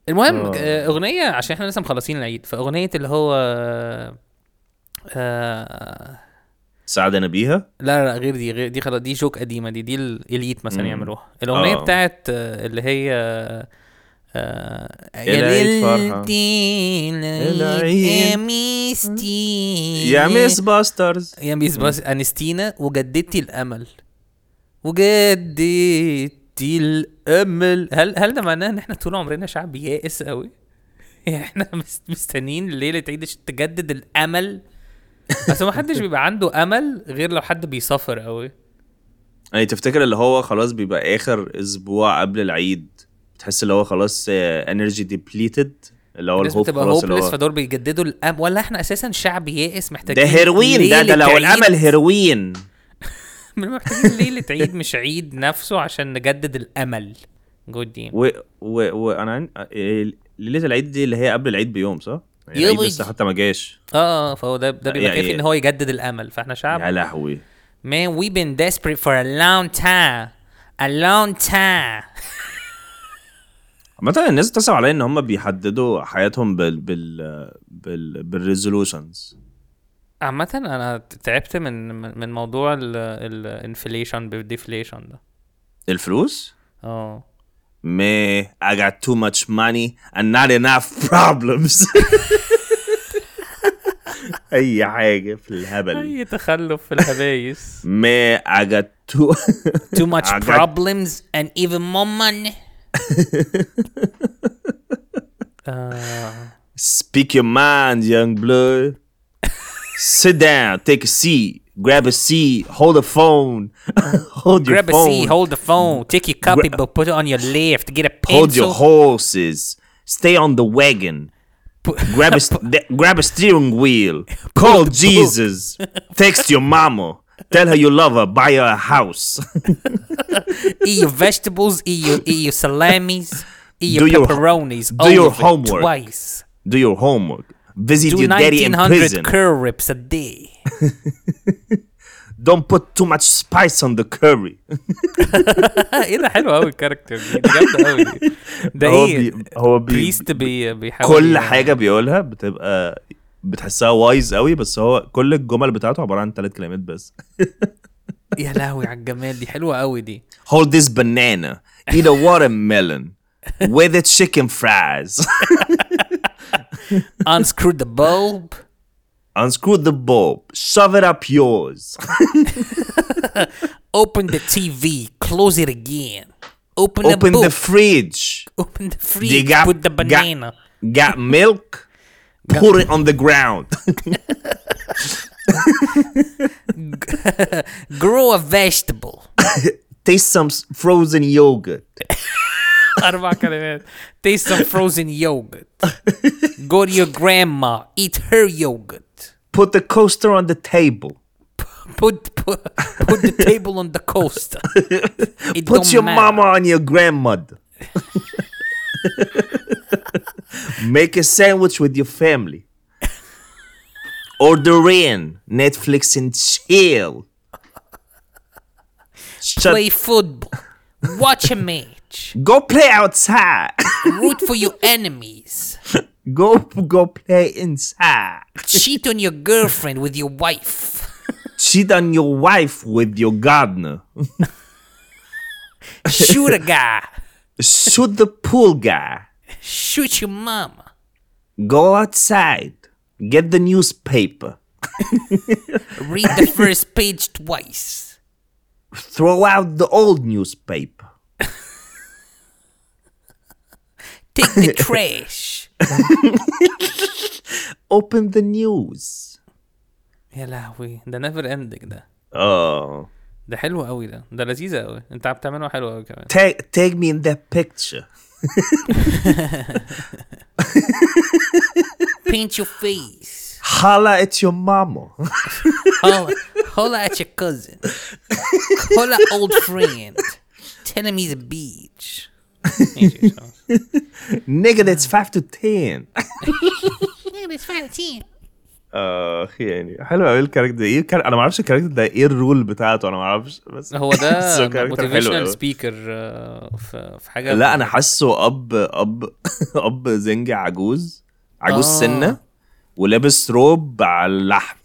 A: المهم
B: آه.
A: آه، اغنيه عشان احنا لسه مخلصين العيد فاغنيه اللي هو آه،
B: ساعدنا بيها
A: لا لا غير دي غير دي خلاص دي جوك قديمه دي دي الاليت مثلا
B: مم.
A: يعملوها الاغنيه
B: آه.
A: بتاعت آه، اللي هي آه،
B: يا ليل فرحة. العيد.
A: يا ميستي
B: يا ميس باسترز
A: يا ميس باس انستينا وجددتي الامل وجددتي الامل هل هل ده معناه ان احنا طول عمرنا شعب يائس قوي؟ [laughs] يعني احنا مس- مستنيين ليله عيد عشان تجدد الامل بس ما حدش بيبقى عنده امل غير لو حد بيسافر قوي
B: يعني تفتكر اللي هو خلاص بيبقى اخر اسبوع قبل العيد بتحس اللي هو خلاص انرجي ديبليتد آه، اللي هو
A: الناس
B: الهوب
A: بتبقى
B: خلاص اللي
A: هوبلس
B: هو
A: فدول بيجددوا الامل ولا احنا اساسا شعب يائس محتاجين
B: ده هيروين ده ده
A: ليلة
B: لو
A: عيد.
B: الامل هيروين
A: [laughs] محتاجين ليله عيد مش عيد نفسه عشان نجدد الامل جود دي
B: و و وانا عن... إيه، ليله العيد دي اللي هي قبل العيد بيوم صح؟ يعني
A: يوم
B: العيد
A: العيد.
B: لسه حتى ما جاش
A: اه آه، فهو ده ده بيبقى
B: يعني-
A: كافي ان هو يجدد الامل فاحنا شعب
B: يا لهوي
A: Man, we've been desperate for a long time. A long time.
B: عامة الناس بتصعب عليا ان هم بيحددوا حياتهم بال بال بال بالريزولوشنز
A: عامة أنا تعبت من من من موضوع الانفليشن بالديفليشن ده.
B: الفلوس
A: اه
B: Me, I got too much money and not enough problems. [laughs] اي حاجه في الهبل
A: أي تخلف في
B: [laughs]
A: الهبايس.
B: Me, I got too
A: [laughs] Too much
B: I got-
A: problems and even more money. آه.
B: speak your mind young blood sit down take a seat grab a seat hold a phone [laughs] hold your
A: Grab a
B: phone
A: seat, hold the phone, take your copy, but put it on your left, get a pencil.
B: [laughs] hold your horses stay on the wagon grab
A: [laughs]
B: a st- grab a steering wheel call
A: [laughs]
B: jesus text your mama tell her you love her buy her a house [laughs]
A: eat your vegetables, eat your eat your
B: [laughs]
A: salamis, eat
B: Do
A: your
B: your-
A: pepperonis.
B: do your
A: all of it,
B: homework.
A: twice.
B: do your homework visit
A: Do
B: your daddy in
A: nineteen
B: prison
A: hundred curl rips a day. [laughs]
B: don't put too much spice on the
A: [laughs]
B: curry
A: ايه ده حلو قوي الكاركتر دي دي جامده قوي [laughs] دي. ده
B: هو
A: ايه
B: بي- هو بي-
A: بريست بي بيحاول
B: كل
A: [laughs]
B: حاجه بيقولها بتبقى بتحسها وايز قوي بس هو كل الجمل بتاعته عباره عن ثلاث كلمات بس
A: يا لهوي على الجمال دي حلوه قوي دي
B: hold this banana eat a
A: [laughs]
B: watermelon with the chicken fries
A: unscrew the bulb
B: unscrew the bulb shove it up yours
A: open the TV close it again open, [laughs] the
B: open
A: book
B: the fridge
A: open the
B: They
A: fridge
B: got,
A: put the
B: got-
A: banana
B: got
A: [laughs]
B: milk put it on the ground
A: grow a vegetable [laughs]
B: taste some s- frozen yogurt
A: اربع كلمات taste some frozen yogurt go to your grandma eat her yogurt
B: put the coaster on the table
A: put put, put the table on the
B: [laughs]
A: coaster it
B: put
A: don't
B: your
A: matter.
B: mama on your grandmother [laughs] make a sandwich with your
A: [laughs]
B: family order in netflix and chill Shut-
A: play football watch a match
B: go play outside
A: root for your enemies
B: go go play inside
A: cheat on your girlfriend with your wife
B: cheat on your wife with your gardener
A: shoot a guy
B: shoot the pool guy
A: shoot your mama
B: go outside get the newspaper
A: [laughs] read the first page twice
B: throw out the old newspaper
A: [laughs] take the trash
B: [laughs] open the news
A: يا لهوي ده نيفر اندنج ده
B: Oh.
A: ده حلو قوي ده ده لذيذ قوي انت بتعمله حلو قوي كمان
B: Take take me in that picture.
A: paint your face
B: Holla at your mama.
A: holla holla at your cousin holla old friend tell him he's a bitch
B: Nigga, that's 5 to 10. [laughs]
G: Yeah, it's fine. See.
B: اخ يعني حلو قوي الكاركتر ده ايه الكار... انا ما اعرفش الكاركتر ده ايه الرول بتاعته انا ما اعرفش بس
A: هو
B: [laughs] بس
A: ده
B: character حلو
A: موتيفيشنال
B: أوي.
A: سبيكر في في حاجه
B: لا انا حاسه اب [laughs] اب اب زنج عجوز عجوز
A: آه.
B: سنه ولابس روب على اللحم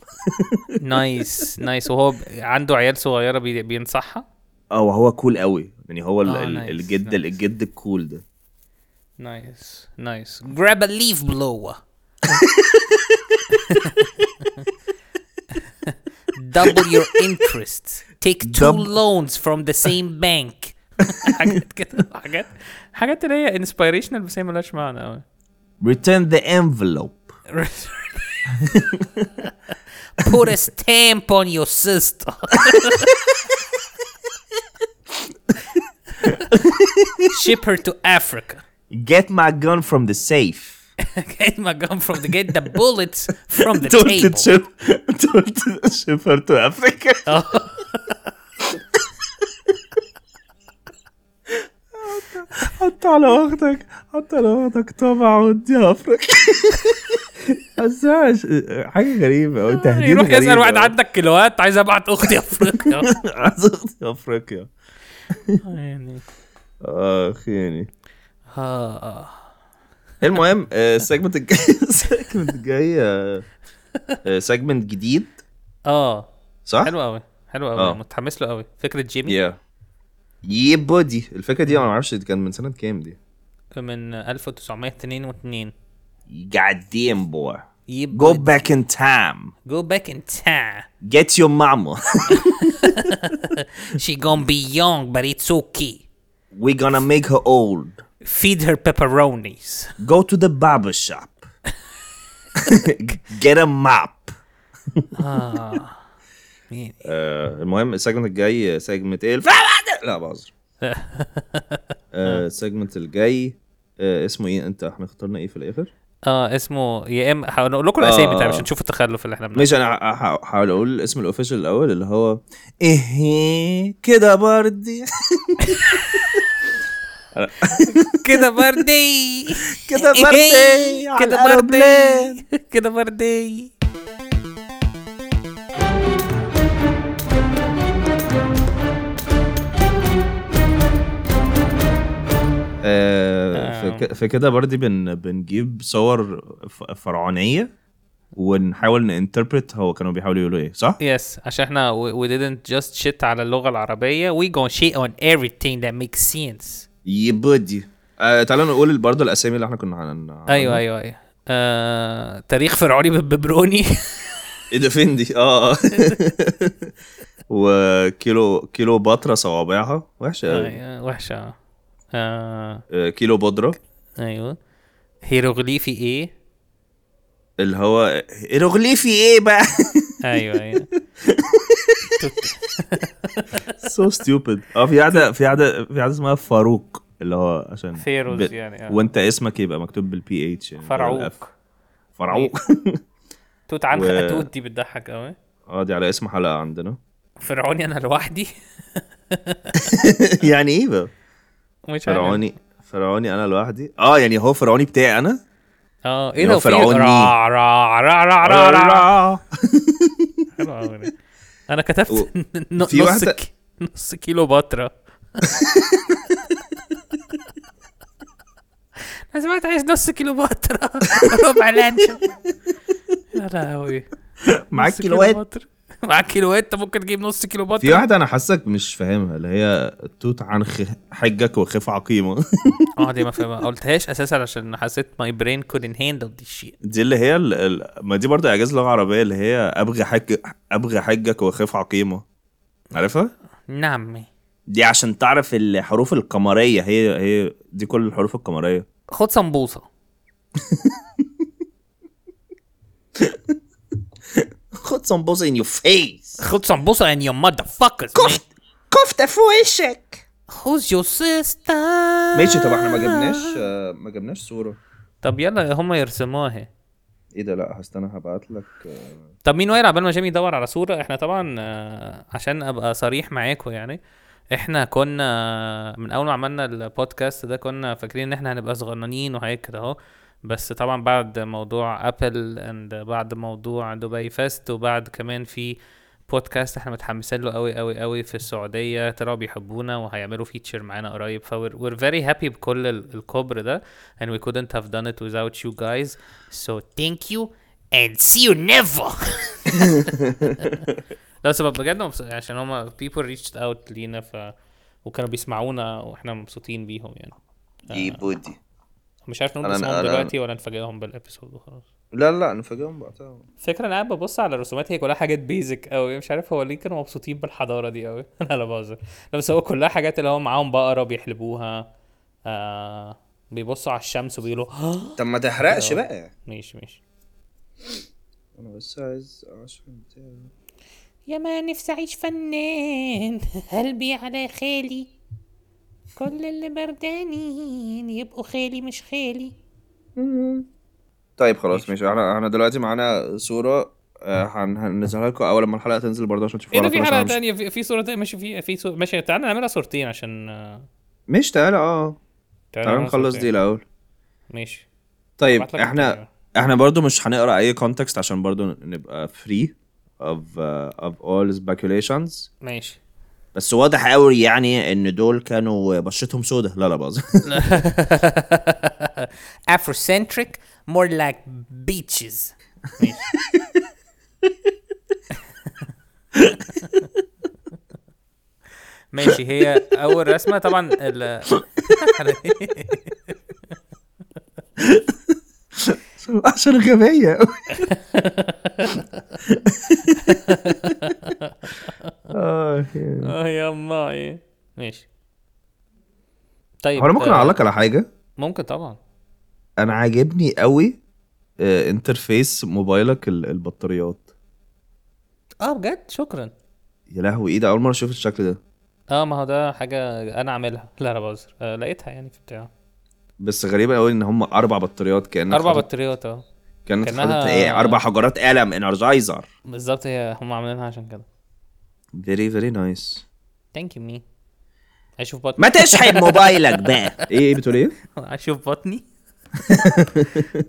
A: نايس نايس وهو ب- عنده عيال صغيره بي- بينصحها
B: اه وهو كول قوي يعني هو ال...
A: آه،
B: ال-
A: nice,
B: الجد
A: nice.
B: الجد الكول ده
A: نايس نايس grab a leaf blower double your interest take two
B: Double-
A: loans from the same bank [laughs] حاجات كده حاجات حاجات اللي هي انسبيريشنال بس هي ملهاش معنى قوي
B: return the envelope
A: [laughs] put a stamp on your sister. [laughs] Ship her to Africa.
B: get my gun from the safe
A: [laughs] get my gun from the get the bullets from the
B: Don't
A: table.
B: ship, [laughs] don't ship her to Africa. حط على واخدك حط على واخدك طبعا وديها افريقيا [laughs] بس هو ش- حاجه غريبه او تهديد
A: آه، يروح يسأل
B: غريب
A: واحد
B: أوي.
A: عندك كيلوات عايز ابعت اختي افريقيا
B: [laughs] عايز اختي افريقيا
A: يعني
B: اخ يعني
A: اه اه
B: المهم آه، السيجمنت [laughs] الجاي السيجمنت الجاي سيجمنت جديد
A: اه
B: صح؟
A: حلو قوي حلو
B: آه.
A: قوي متحمس له قوي فكره جيمي
B: يا يي بودي الفكره دي انا ما اعرفش دي كانت من سنه كام دي
A: من 1982
B: goddamn boy go
A: يبقى
B: back in time
A: جو باك ان تايم
B: get your [laughs] mama
A: She gonna be young, but it's okay.
B: we gonna make her old
A: Feed her pepperonis.
B: go to the barber shop [laughs] get a map
A: مين؟
B: Uh, المهم السيجمنت الجاي سيجمنت ايه الف... لا بهزر آه، السيجمنت الجاي آه، اسمه ايه انت احنا اخترنا ايه في الاخر؟
A: اه اسمه يا اما هنقول لكم الاسامي طيب
B: آه.
A: عشان تشوفوا التخلف اللي احنا بنعمله
B: ماشي انا ه- ه- هحاول اقول اسم الاوفيشال الاول اللي هو ايه كده بردي
A: كده بردي
B: [laughs] كده بردي على
A: إيه، كده
B: الأوروبلان.
A: بردي [laughs] كده بردي
B: آه،
A: آه.
B: في ك- في كده برضه بن بنجيب صور ف- فرعونيه ونحاول نانتربرت هو كانوا بيحاولوا يقولوا ايه صح؟
A: يس عشان احنا we, we didn't just shit على اللغه العربيه we gonna shit on everything that makes sense
B: يبدي آه تعالوا نقول برضه الاسامي اللي احنا كنا هن...
A: ايوه ايوه ايوه آه، تاريخ فرعوني بالببروني
B: ايه ده فين
A: [laughs]
B: دي؟ اه آه. [laughs] وكيلو كيلو بطرة صوابعها
A: [laughs]
B: وحشه قوي
A: أيوة، وحشه آه،
B: آه كيلو بودره
A: ايوه هيروغليفي ايه
B: اللي هو هيروغليفي ايه [laughs] بقى؟
A: ايوه ايوه
B: سو ستيوبد اه في عاده في عاده في عاده اسمها فاروق اللي هو عشان
A: فيروز
B: ب-
A: يعني، آه.
B: وانت اسمك يبقى مكتوب بالبي اتش يعني
A: فرعوك
B: فرعوك
A: توت عنخ
B: و-
A: اتوت دي بتضحك قوي
B: [laughs] اه دي على اسم حلقه عندنا
A: فرعوني انا لوحدي
B: [laughs]
A: [laughs]
B: يعني ايه بقى؟
A: مش عارف.
B: فرعوني فرعوني انا لوحدي اه يعني هو فرعوني بتاعي انا
A: اه ايه
B: يعني
A: ده
B: هو
A: في
B: فرعوني.
A: رع رع رع رع رع رع [laughs] حلو قوي ده. انا كتبت
B: و-
A: [laughs] ن-
B: في
A: نص
B: واحدة-
A: ك- نص كيلو بطرة [laughs] انا سمعت عايز نص كيلو بطرة [laughs] ربع لانشون يا لهوي
B: [laughs] معاك
A: نص كيلو
B: كيلوات
A: بطرة. معاك كيلوات انت ممكن تجيب نص كيلو
B: في
A: بطرة
B: واحدة أنا حاسك مش فاهمها اللي هي توت عنخ حجك وخف عقيمة
A: اه دي ما فاهمها ما قلتهاش اساسا عشان حسيت ماي برين couldn't هاندل دي شيء
B: دي اللي هي ال... ال... ما دي برضه إعجاز لغة عربية اللي هي أبغي حج أبغي حجك وخف عقيمة عارفها؟
A: نعمي
B: دي عشان تعرف الحروف القمرية هي هي دي كل الحروف القمرية
A: خد سمبوسه
B: خد سمبوسة in your face
A: خد سمبوسه
B: يعني
A: and your motherfuckers man.
D: كفتة في وشك
A: who's your sister
B: ماشي طب احنا ما جبناش آه، ما جبناش صورة
A: طب يلا هم يرسموها
B: ايه ده لا هستنى هبعت لك آه،
A: طب مين واقع عبال ما جيمي يدور على صورة احنا طبعا آه، عشان ابقى صريح معاكم يعني احنا كنا آه، من اول ما عملنا البودكاست ده كنا فاكرين ان احنا هنبقى صغننين وهيك اهو بس طبعا بعد موضوع ابل اند بعد موضوع دبي فيست وبعد كمان في بودكاست احنا متحمسين له قوي قوي قوي في السعوديه طلعوا بيحبونا وهيعملوا فيتشر معانا قريب ف we're- we're very happy بكل ال- الكبر ده and we couldn't have done it without you guys so thank you and see you never لا سبب بجد مبسوط عشان هما people reached out لينا ف وكانوا بيسمعونا واحنا مبسوطين بيهم يعني
B: دي بودي
A: مش عارف نقول
B: أنا-
A: اسمهم
B: أنا-
A: دلوقتي ولا نفاجئهم بالابيسود وخلاص
B: لا لا نفاجئهم بعدها
A: فكرة انا قاعد ببص على الرسومات هي كلها حاجات بيزك قوي مش عارف هو ليه كانوا مبسوطين بالحضاره دي قوي انا [laughs] لا بهزر لا بس هو كلها حاجات اللي هو معاهم بقره بيحلبوها آه بيبصوا على الشمس وبيقولوا [gasps] "آه".
B: طب ما تحرقش بقى
A: ماشي ماشي
B: انا بس عايز عشان
G: يا ما نفسي اعيش فنان [laughs] قلبي على خالي كل اللي بردانين يبقوا خالي مش خالي
B: طيب خلاص ماشي احنا احنا دلوقتي معانا صوره آه، هن- هننزلها لكم اول ما الحلقه تنزل برضه عشان تشوفوها
A: ايه ده
B: على
A: في
B: طول عشان
A: حلقه
B: مش-
A: تانية في- في صوره تانية ماشي في في صورة ماشي تعالى نعملها صورتين عشان آه،
B: مش تعالى اه تعالى
A: نعملها
B: نخلص
A: صورتين.
B: دي الاول
A: ماشي
B: طيب
A: يعني. هبعت لك
B: احنا
A: التانية.
B: احنا برضو مش هنقرا اي كونتكست عشان برضو نبقى فري of uh, of all speculations
A: ماشي
B: بس واضح قوي يعني ان دول كانوا بشرتهم سودة لا لا باظ
C: Afrocentric, more like beaches. [laughs]
A: ماشي هي اول رسمه طبعا ال
B: [laughs] [laughs] عشان غبية
A: [laughs]
B: آه، [laughs]
A: اه يا الله ماشي طيب
B: هو انا ممكن
A: آه،
B: اعلق على حاجة
A: ممكن طبعا
B: انا عاجبني قوي انترفيس موبايلك ال- البطاريات
A: اه بجد شكرا
B: يا لهوي ايه ده اول مرة اشوف الشكل ده
A: اه ما هو ده حاجه انا [laughs] عاملها لا انا بهزر آه، لقيتها يعني في بتاع
B: بس غريبة قوي ان هم اربع بطاريات كأنك
A: اربع
B: حاطط-
A: بطاريات اه
B: كأنك
A: كأنها-
B: حاطط ايه اربع حجرات قلم انرجايزر
A: بالظبط هي هم عاملينها عشان كده
B: فيري فيري نايس
A: ثانك يو مي اشوف بطني
B: ما تشحن موبايلك
A: [laughs]
B: بقى ايه بتقول ايه؟
A: اشوف
B: [laughs]
A: بطني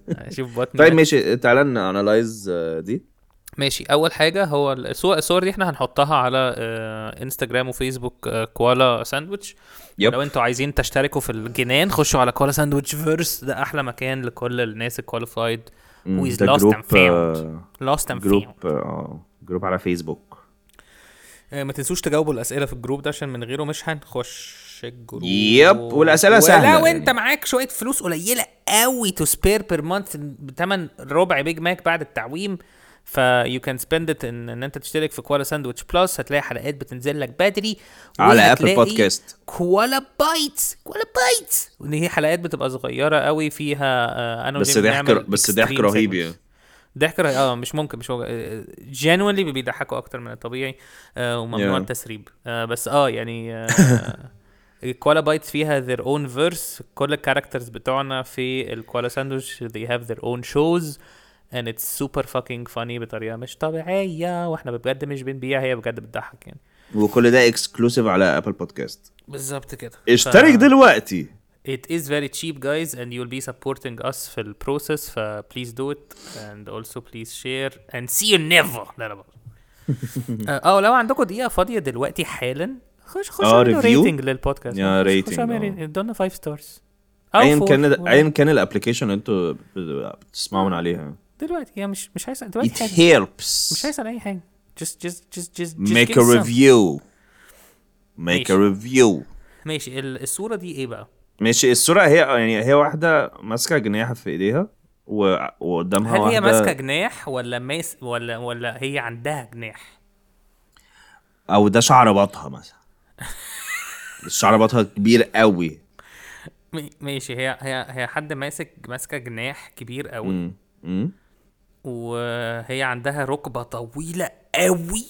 A: اشوف بطني
B: طيب ماشي تعالى نانلايز آه، دي
A: ماشي اول حاجه هو الصور الصور دي احنا هنحطها على آه، انستجرام وفيسبوك آه، كوالا ساندويتش
B: يب.
A: لو انتوا عايزين تشتركوا في الجنان خشوا على كوالا ساندويتش فيرس ده احلى مكان لكل الناس الكواليفايد
B: مم،
A: ويز
B: ده
A: لوست اند
B: جروب،
A: فاوند
B: آه،
A: لوست اند فاوند
B: جروب اه جروب على فيسبوك
A: آه، ما تنسوش تجاوبوا الاسئله في الجروب ده عشان من غيره مش هنخش الجروب
B: يب والاسئله سهله
A: ولو انت
B: يعني.
A: معاك شويه فلوس قليله قوي تو سبير بير مانث بتمن ربع بيج ماك بعد التعويم ف يو كان سبند ات ان ان انت تشترك في كوالا ساندويتش بلس هتلاقي حلقات بتنزل لك بدري
B: على Apple
A: وهتلاقي
B: Podcast.
A: كوالا بايتس كوالا بايتس وان هي حلقات بتبقى صغيره قوي فيها آه، انا
B: بس
A: وجيمي
B: ضحك-
A: بنعمل
B: بس
A: extreme
B: ضحك رهيب
A: segments.
B: يعني.
A: ضحك رهيب اه مش ممكن مش ممكن جنولي بيضحكوا اكتر من الطبيعي آه، وممنوع
B: Yeah.
A: التسريب آه، بس اه يعني آه، الكوالا بايتس فيها their own verse كل الكاركترز بتوعنا في الكوالا ساندويتش they have their own shows and it's super fucking funny بطريقه مش طبيعيه واحنا بجد مش بنبيع هي بجد بتضحك يعني
B: وكل ده اكسكلوسيف على ابل بودكاست
A: بالظبط كده
B: اشترك دلوقتي
A: It is very cheap, guys, and you'll be supporting us for the process. ف- please do it, and also please share. And see you never. لا لا بقى. اه لو عندكم دقيقة فاضية دلوقتي حالا خش خش
B: آه،
A: اعملوا
B: review؟
A: ريتنج للبودكاست.
B: يا
A: خش- خش
B: rating،
A: اعمل
B: آه.
A: ريت- ادونا 5 ستارز.
B: ايا كان ايا كان الابلكيشن اللي انتوا بت- بتسمعوا من عليها
A: دلوقتي يعني مش مش هيسأل دلوقتي
B: it
A: حاجة. مش
B: helps
A: هيسأل أي حاجة. Just just just just just
B: make
A: give
B: a
A: some.
B: review make a
A: ماشي.
B: review
A: ماشي ال- الصورة دي إيه بقى؟
B: ماشي الصورة هي يعني هي واحدة ماسكة جناحها في ايديها و... وقدامها
A: هل
B: واحدة
A: هي ماسكة جناح ولا ماس ولا ولا هي عندها جناح؟
B: او ده شعر بطها مثلا الشعر بطها كبير قوي
A: م- ماشي هي هي هي حد ماسك ماسكه جناح كبير قوي
B: أمم.
A: وهي عندها ركبه طويله قوي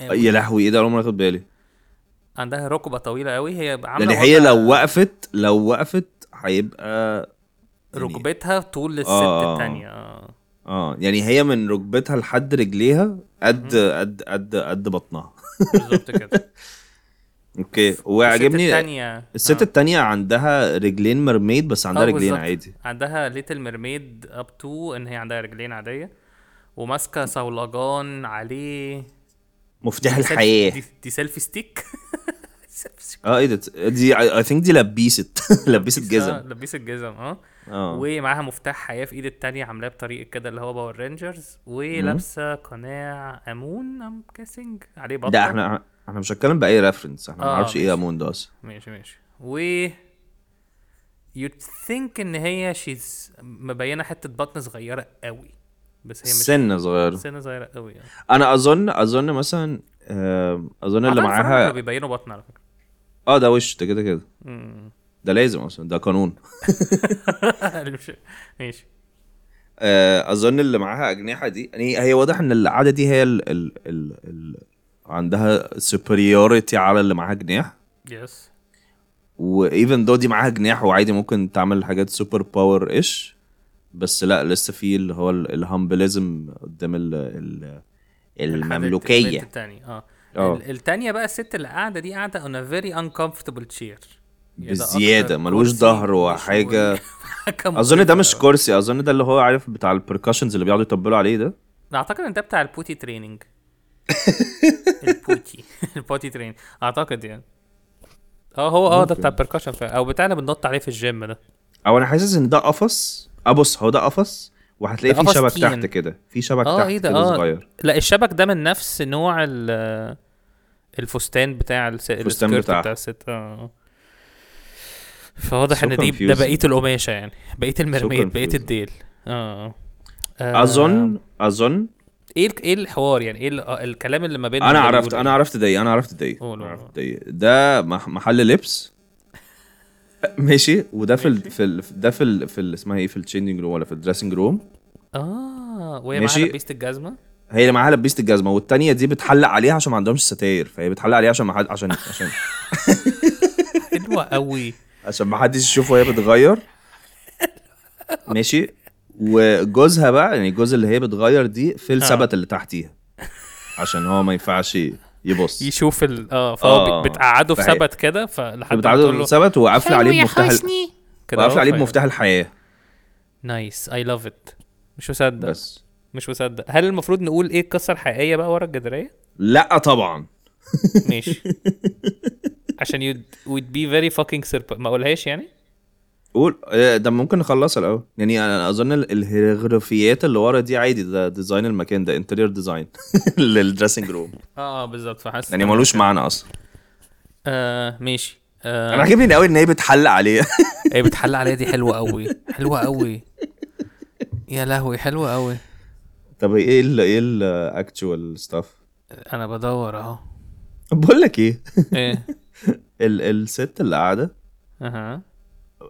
B: يا لهوي ايه ده اول مرة اخد بالي
A: عندها ركبه طويله قوي هي عامله
B: لان يعني هي
A: وضع
B: لو وقفت لو وقفت هيبقى
A: ركبتها طول الست
B: آه.
A: التانية آه.
B: اه يعني هي من ركبتها لحد رجليها قد قد قد قد بطنها
A: بالظبط
B: [laughs]
A: كده
B: اوكي
A: الست
B: وعجبني
A: التانية
B: الست التانية عندها رجلين مرميد بس عندها
A: آه،
B: رجلين
A: بالظبط.
B: عادي
A: عندها ليتل ميرميد اب تو ان هي عندها رجلين عاديه وماسكه صولجان عليه
B: مفتاح الحياة
A: دي, دي سيلفي [laughs] ستيك
B: اه ايه ده دي اي ثينك دي لبيست [laughs] لبيست
A: آه،
B: جزم
A: لبيس الجزم اه
B: اه
A: ومعاها مفتاح حياه في ايد التانية عاملاه بطريقه كده اللي هو باور رينجرز ولابسه قناع امون ام كاسنج عليه بطه
B: ده احنا احنا مش هنتكلم باي ريفرنس احنا ما
A: آه،
B: نعرفش
A: ماشي.
B: ايه امون ده اصلا
A: ماشي ماشي و يو ثينك ان هي شيز مبينه حته بطن صغيره قوي بس هي مش
B: سنه صغيره
A: سنه صغيره قوي يعني
B: انا اظن اظن مثلا آم، اظن آه، اللي
A: أعتقد في فرنسا كانوا
B: معاها
A: بيبينوا بطن على فكره
B: اه ده وش ده كده كده ده لازم اصلا ده قانون
A: اللي مش- [laughs] ماشي
B: آه، اظن اللي معاها اجنحه دي يعني هي واضح ان اللي قاعده دي هي ال ال ال ال عندها superiority على اللي معاها جناح
A: يس
B: وايفن دو دي معاها جناح وعادي ممكن تعمل حاجات سوبر باور ايش بس لا لسه في اللي هو ال- الهامبليزم قدام ال ال
A: البنت
B: المملوكيه
A: التانية اه
B: اه.
A: ال- التانية بقى الست اللي قاعدة دي قاعدة on a very uncomfortable chair يعني ده أكتر
B: بزياده ملوش
A: كرسي
B: ظهر
A: مش
B: وحاجه
A: [laughs] مريح. حاجة
B: اظن
A: مقرفة
B: ده مش
A: أوي.
B: كرسي اظن ده اللي هو عارف بتاع البركاشنز اللي بيقعدوا يطبلوا عليه ده
A: اعتقد ان ده بتاع البوتي
B: [laughs]
A: تريننج البوتي [laughs] البوتي تريننج اعتقد يعني اه هو اه ده بتاع البركشن فعلا او بتاع اللي بننط عليه في الجيم ده
B: او انا حاسس ان ده قفص ابص هو ده قفص وهتلاقي
A: ده
B: فيه
A: قفص
B: شبك
A: تين.
B: تحت كده في شبك
A: اه
B: تحت
A: ايه ده
B: كده
A: اه
B: صغير
A: لا الشبك ده من نفس نوع ال- الفستان بتاع الس...
B: الفستان
A: السكيرت
B: بتاعها.
A: بتاع الست اه فواضح
B: So
A: ان دي ده
B: confusing.
A: بقيه القماشه يعني بقيه المرميد بقيه
B: confusing.
A: الديل اه آه.
B: اظن اظن
A: ايه ال- ايه الحوار يعني ايه ال- آه، الكلام اللي ما بينهم
B: انا
A: اللي
B: عرفت
A: بيقولوا
B: انا عرفت ده إيه، انا عرفت ده إيه،
A: قول،
B: أنا
A: قول.
B: عرفت ده إيه. ده مح- محل لبس ماشي وده في ال... في ال... ده في ال... في ال... اسمها ايه في التشينجنج روم ولا في الدريسنج روم
A: اه وهي معاها
B: ماشي.
A: لبيسه الجزمه
B: هي اللي معاها لبيسه الجزمه والتانيه دي بتحلق عليها عشان ما عندهمش ستاير فهي بتحلق عليها عشان ما حد عشان عشان
A: حلوه
B: [laughs]
A: قوي
B: عشان ما حدش يشوف وهي بتغير ماشي وجوزها بقى يعني الجوز اللي هي بتغير دي في السبت اللي تحتيها عشان هو ما ينفعش يبص
A: يشوف ال اه فهو
B: آه.
A: بي- بتقعده في
B: فهي-
A: سبت كده فلحد ما
B: بتعدل
A: بتقول له
B: السبت وقافل
G: حلو
B: عليه
G: يا
B: بمفتاح ال-
G: حسني
B: وقافل عليه بمفتاح الحياه
A: نايس اي لاف ات مش مصدق
B: بس
A: مش مصدق هل المفروض نقول ايه القصه الحقيقيه بقى ورا الجداريه
B: لا طبعا
A: ماشي عشان you'd would be very fucking surprised ما اقولهاش يعني
B: قول آه، ده ممكن نخلصها الاول يعني انا اظن ال- الهيروغليفيات اللي ورا دي عادي ده ديزاين المكان ده انتريور [laughs] ديزاين للدريسنج روم
A: اه آه، بالظبط فحاسس
B: يعني
A: [laughs]
B: ملوش معنى اصلا
A: آه ماشي
B: انا
A: آه
B: عاجبني قوي ان هي بتحلق عليه [laughs]
A: ايه بتحل عليها دي حلوه قوي حلوه قوي يا لهوي حلوه قوي
B: طب ايه ال ايه الاكتشوال ستاف
A: انا بدور اهو
B: بقول لك ايه
A: ايه
B: ال الست اللي قاعده
A: اها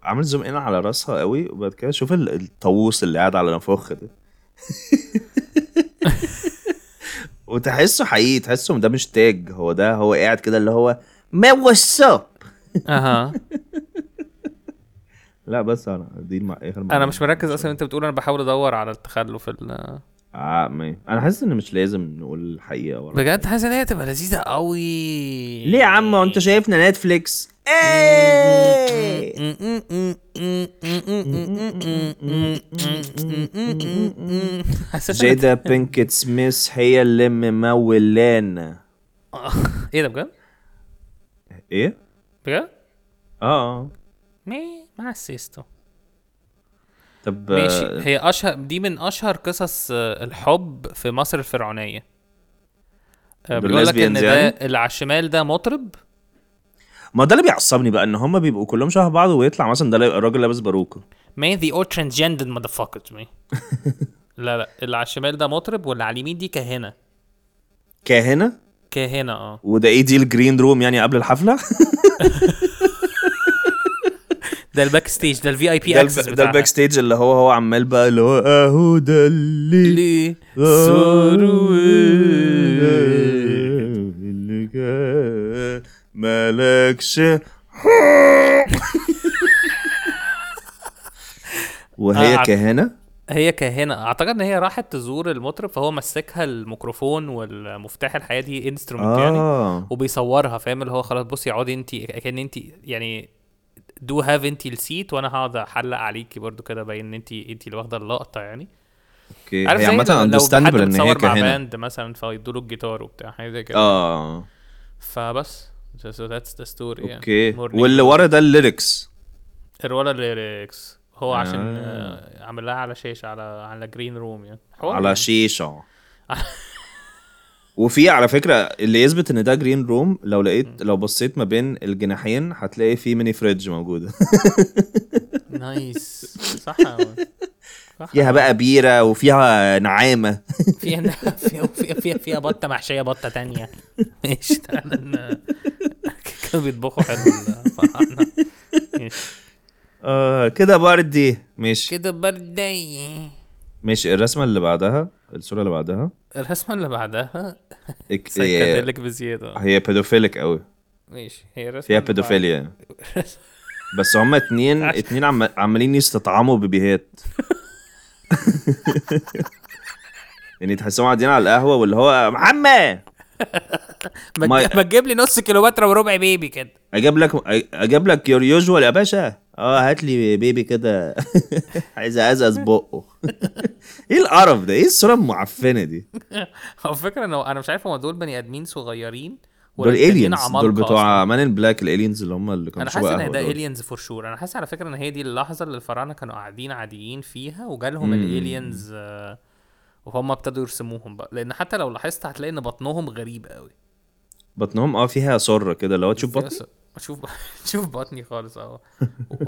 B: عامل زوم ان على راسها قوي وبعد كده شوف ال- الطاووس اللي قاعد على نفخ ده [laughs] وتحسه حقيقي تحسه ده مش تاج هو ده هو قاعد كده اللي هو ما وصاب
A: اها
B: لا بس انا دي المع... إيه المع-
A: انا مش مركز اصلا انت بتقول انا بحاول ادور على التخلف ال-
B: آه، ما- انا حاسس ان مش لازم نقول الحقيقه ولا
A: بجد حاسس ان هي تبقى لذيذه قوي
B: ليه يا عم انت شايفنا نتفليكس إيه! [laughs]
A: حاسس
B: جيدا بينكت سميث هي اللي ممولانا
A: ايه ده بجد؟
B: ايه
A: بجد؟
B: اه
A: مي مع السيستو
B: آه. طب
A: ماشي
B: آه،
A: هي اشهر دي من اشهر قصص آه، الحب في مصر الفرعونيه آه،
B: دول
A: بيقول لك ان
B: lesbians
A: ده
B: يعني؟
A: اللي على الشمال ده مطرب
B: ما ده اللي بيعصبني بقى ان هم بيبقوا كلهم شبه بعض ويطلع مثلا ده لا- الراجل لابس باروكه
A: مي ذي اول ترانسجندد ماذر فاكرز
B: [laughs]
A: مي لا لا اللي على الشمال ده مطرب واللي على اليمين دي كاهنه
B: كاهنه
A: كاهنه اه
B: وده ايه دي الجرين روم يعني
A: [laughs]
B: قبل الحفله
A: ده الباك ستيج ده الفي اي بي
B: ده, الب...
A: اكسس
B: ده الباك ستيج اللي هو هو عمال بقى اللي هو اهو ده اللي
A: ليه
B: اللي جاي مالكش [laughs] وهي
A: آه، عب-
B: كاهنه
A: هي كاهنه اعتقد ان هي راحت تزور المطرب فهو مسكها الميكروفون والمفتاح الحياه دي انسترومنت يعني
B: اه
A: وبيصورها فاهم اللي هو خلاص بصي اقعدي انت كان انت يعني دو هاف انت السيت وانا هقعد احلق عليكي برضو كده باين ان انت انت اللي واخده اللقطه يعني
B: اوكي
A: عارف
B: هي
A: زي
B: عامه
A: لو- لو حد
B: اندستاندبل ان هي
A: بتصور مع
B: كاهنه
A: باند مثلا فيدوا له الجيتار وبتاع حاجه زي كده
B: اه
A: فبس so that's the story يعني.
B: اوكي
A: Morning
B: واللي ورا ده الليركس
A: الولا ليركس هو عشان
B: آه.
A: آه، عامل لها على شاشه على على جرين روم يعني حوار
B: على
A: يعني.
B: شيشه
A: [laughs]
B: وفي على فكره اللي يثبت ان ده جرين روم لو لقيت لو بصيت ما بين الجناحين هتلاقي في ميني فريدج موجوده
A: نايس صح أوي.
B: [laughs] فيها بقى بيره وفيها نعامه
A: فيها فيها فيها فيها, فيها بطه محشيه بطه تانية ماشي تعالى ن- كانوا بيطبخوا حلو الفراعنة. ماشي.
B: [laughs] آه كده بردي ماشي
A: كده بردي
B: ماشي الرسمه اللي بعدها الصوره اللي بعدها
A: الرسمه اللي بعدها
B: إك... هي-
A: سايكاديلك بزياده
B: هي بيدوفيلك قوي
A: ماشي هي الرسمه
B: فيها
A: اللي بعدها.
B: بيدوفيليا
A: [laughs] [laughs]
B: بس هما اتنين اتنين عم... عمالين يستطعموا بيبيهات يعني تحسهم قاعدين على القهوه واللي هو محمد
A: ما
B: ما-
A: تجيب- ما تجيب لي نص كيلومتر وربع بيبي كده
B: اجيب لك اجيب لك يور يوجوال يا باشا اه هات لي بيبي كده [laughs] عايز ازقز [laughs] بقه ايه القرف ده ايه الصوره المعفنه دي
A: على فكره انا انا مش عارف هو دول بني ادمين صغيرين ولا
B: دول
A: التانيين
B: الينز
A: عمالقة
B: دول
A: أصلاً.
B: بتوع مان ان بلاك الالينز اللي هم اللي كانوا
A: انا حاسس
B: شبه
A: ان
B: قهوة
A: ده
B: دول.
A: الينز فور شور انا حاسس على فكره ان هي دي اللحظه اللي الفراعنه كانوا قاعدين عاديين فيها وجالهم الالينز آه، وهم ابتدوا يرسموهم بقى لان حتى لو لاحظت هتلاقي ان بطنهم غريب قوي
B: بطنهم اه فيها سره كده لو تشوف بطن
A: بس- شوف [laughs] شوف بطني خالص اهو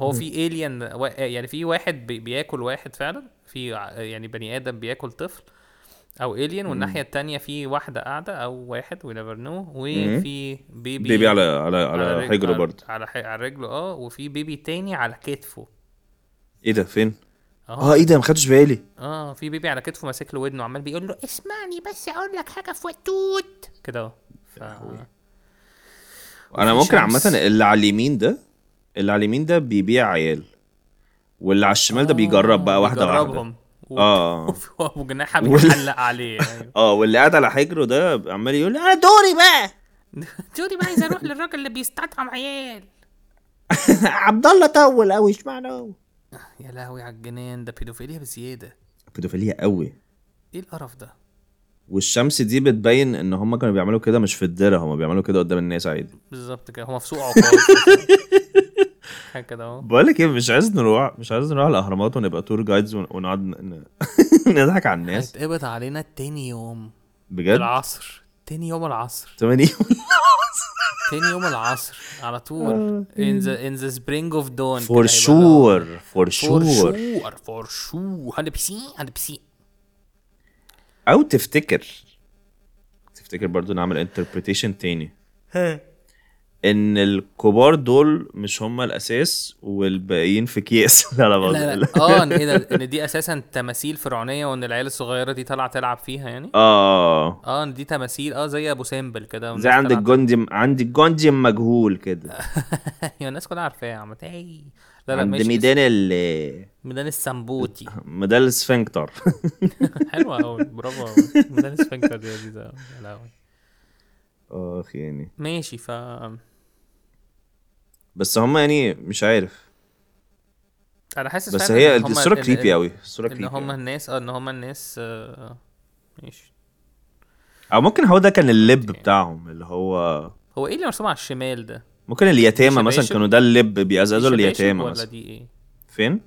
A: هو في الين يعني في واحد بي- بياكل واحد فعلا في ع- يعني بني ادم بياكل طفل او الين والناحيه التانية في واحده قاعده او واحد وي نيفر نو وفي بيبي
B: بيبي على على على
A: رج-
B: حجره
A: على-
B: برضه
A: على ح- على رجله اه وفي بيبي تاني على كتفه
B: ايه ده فين؟
A: اه
B: اه ايه ده ما خدتش بالي
A: اه في بيبي على كتفه ماسك له ودنه عمال بيقول له اسمعني بس اقول لك حاجه في وتوت كده اهو ف-
B: انا
A: وفي
B: ممكن عامه
A: شمس.
B: اللي على اليمين ده اللي على اليمين ده بيبيع عيال واللي على الشمال ده بيجرب بقى واحده واحده
A: بيجربهم. و- [laughs]
B: آه.
A: وفي- وابو جناحه
B: وال-
A: بيتعلق
B: [laughs]
A: عليه أيوة.
B: اه واللي قاعد على حجره ده عمال يقول انا
C: دوري
B: [laughs]
C: بقى
G: جودي بقى عايزه اروح للراجل اللي بيستطعم عيال
E: عبد الله طول قوي اشمعنى هو؟
A: يا لهوي على الجنان ده بيدوفيليا بزياده
B: بيدوفيليا قوي
A: ايه القرف ده
B: والشمس دي بتبين ان هم كانوا بيعملوا كده مش في الدره هم بيعملوا كده قدام الناس عادي
A: بالظبط كده هو في سوق
B: [laughs]
A: عقار حاجه كده اهو
B: بقول لك ايه مش عايز نروح مش عايز نروح الاهرامات ونبقى تور جايدز ون- ونقعد ن- [laughs] ن- نضحك على الناس
A: هيتقبض علينا تاني يوم
B: بجد
A: العصر تاني يوم العصر
B: [laughs] 80
A: تاني يوم العصر على
B: آه.
A: طول in the in the spring of dawn
B: فور شور فور شور
A: فور شور 100% 100%
B: او تفتكر تفتكر برضو نعمل انتربريتيشن تاني ان الكبار دول مش هم الاساس والباقيين في كيس [laughs] لا لا برضو.
A: لا لا اه إن ايه ده ان دي اساسا تماثيل فرعونيه وان العيال الصغيره دي طالعه تلعب فيها يعني
B: اه
A: اه إن دي تماثيل اه زي ابو سمبل كده والناس
B: زي عند
A: طالعة-
B: الجندي عند الجندي مجهول
A: [laughs]
B: كده
A: ايوه الناس كلها عارفاها يا عم اي لا لا
B: عند
A: ماشي
B: ميدان ال
A: ميدان
B: [laughs]
A: السمبوتي [laughs]
B: ميدان [laughs] السفنكتر
A: حلوه قوي برافو قوي ميدان السفنكتر دي لذيذه أوي. يا لهوي.
B: اخ يعني
A: ماشي ف
B: بس هم يعني مش عارف
A: انا حاسس
B: بس
A: فعلاً
B: هي
A: إن هما-
B: الصوره
A: إن-
B: كريبي
A: إن-
B: قوي الصوره
A: ان
B: كريبي
A: هم
B: أوي.
A: الناس اه ان هم الناس آه، ماشي
B: او ممكن هو ده كان اللب
A: يعني
B: بتاعهم اللي هو
A: هو ايه اللي مرسوم على الشمال ده؟
B: ممكن اليتامى
A: شباشب؟
B: مثلا كانوا ده اللب بيقزقزوا
A: شباشب
B: اليتامى
A: ولا
B: مثلا
A: دي ايه؟
B: فين؟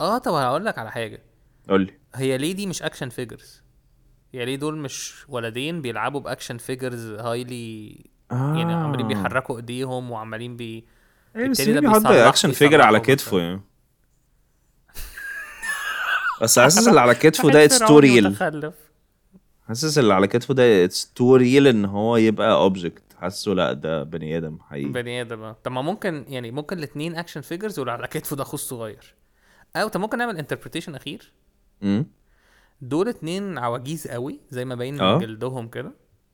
A: اه طب هقول لك على حاجه
B: قول لي
A: هي ليه دي مش اكشن فيجرز؟ يعني ليه دول مش ولدين بيلعبوا باكشن فيجرز هايلي يعني
B: آه.
A: عمالين بيحركوا ايديهم وعمالين بي
B: ايه بس
A: التاني
B: مين
A: ده
B: بيحط
A: بيصرخ-
B: اكشن فيجر على
A: بيصرخوا
B: كتفه
A: مثلاً.
B: يعني [laughs] بس حاسس اللي على كتفه ده اتس تو ريل
A: متخلف
B: حاسس اللي على كتفه ده اتس تو ريل ان هو يبقى اوبجكت حاسه لا ده بني ادم حقيقي
A: بني ادم آه. طب ما ممكن يعني ممكن الاثنين اكشن فيجرز واللي على كتفه ده خص صغير او طب ممكن نعمل انتربريتيشن اخير
B: امم
A: دول اتنين عواجيز قوي زي ما باين
B: آه.
A: من جلدهم كده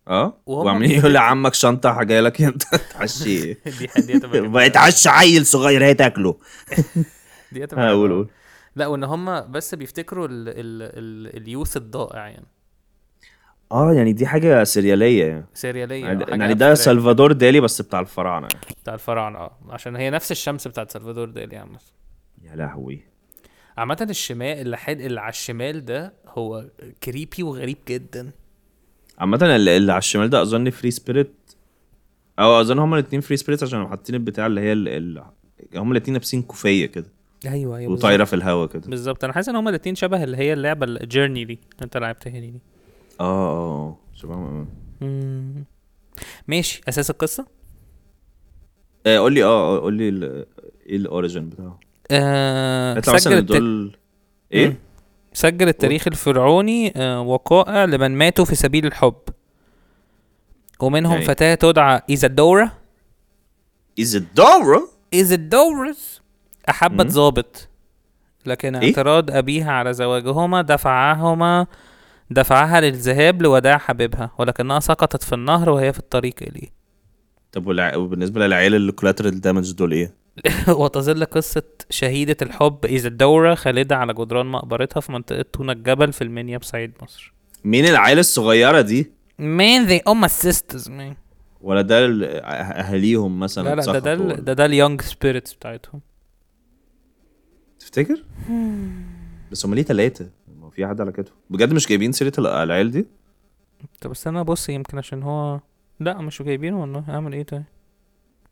B: اه
A: وهم
B: وعمالين
A: [laughs]
B: يقول لعمك شنطه جايه لك انت
A: دي
B: تعشي
A: دي
B: [laughs]
A: هتبقى جميلة.
B: بيتعشى عيل صغير هي تاكله
A: دي هتبقى
B: ها قول
A: حلوة.
B: قول
A: لا وان هم بس بيفتكروا ال ال ال اليوث الضائع يعني
B: اه يعني دي حاجه سرياليه يعني
A: سيرياليه أو أيوة، حاجة
B: يعني ده
A: abstract
B: سلفادور دالي بس بتاع الفراعنه يعني.
A: بتاع الفراعنه اه عشان هي نفس الشمس بتاعت سلفادور دالي عامه
B: يا لهوي
A: عامة الشمال اللي حد اللي على الشمال ده هو كريبي وغريب جدا
B: عامة اللي اللي على الشمال ده اظن فري سبيريت او اظن هما الاتنين فري سبيريت عشان حاطين البتاع اللي هي ال- ال... هما الاتنين لابسين كوفية كده
A: ايوه
B: أيوة،
A: ايوه بالظبط.
B: وطايرة في الهوا كده
A: بالظبط انا حاسس ان هما الاتنين شبه اللي هي اللعبه الجيرني دي اللي انت لعبتها هنا دي
B: اه اه اه شبههم أوي.
A: مم. ماشي اساس القصه
B: آه قول لي اه آه، قول لي ال- ايه الاوريجن بتاعه
A: آه
B: يطلع مثلا
A: الت-
B: إيه، دول ايه
A: سجل التاريخ الفرعوني آه، وقائع لمن ماتوا في سبيل الحب ومنهم
B: يعني-
A: فتاة تدعى إيزادورا
B: از الدورة
A: إيزادورس أحبت ظابط لكن
B: إيه؟
A: اعتراض أبيها على زواجهما دفعهما دفعها للذهاب لوداع حبيبها ولكنها سقطت في النهر وهي في الطريق إليه
B: طب والع- وبالنسبة للعيال اللي كولاترال دامج دول ايه
A: [laughs] وتظل قصة شهيدة الحب إذا الدورة خالدة على جدران مقبرتها في منطقة تونة الجبل في المنيا بصعيد مصر
B: مين العيله الصغيره دي
A: مين ذي أم السيسترز مين
B: ولا ده ال- أه- اهاليهم
A: لا
B: مثلا
A: لا ده ده
B: اتسخطوا
A: ال-
B: ولا-
A: ده ده اليونج سبيريتس بتاعتهم
B: تفتكر بس هم ليه ثلاثه هو في حد على كتفه بجد مش جايبين سيره ال- العيال دي
A: طب استنى بص يمكن عشان هو لا مش جايبينه والله اعمل ايه طيب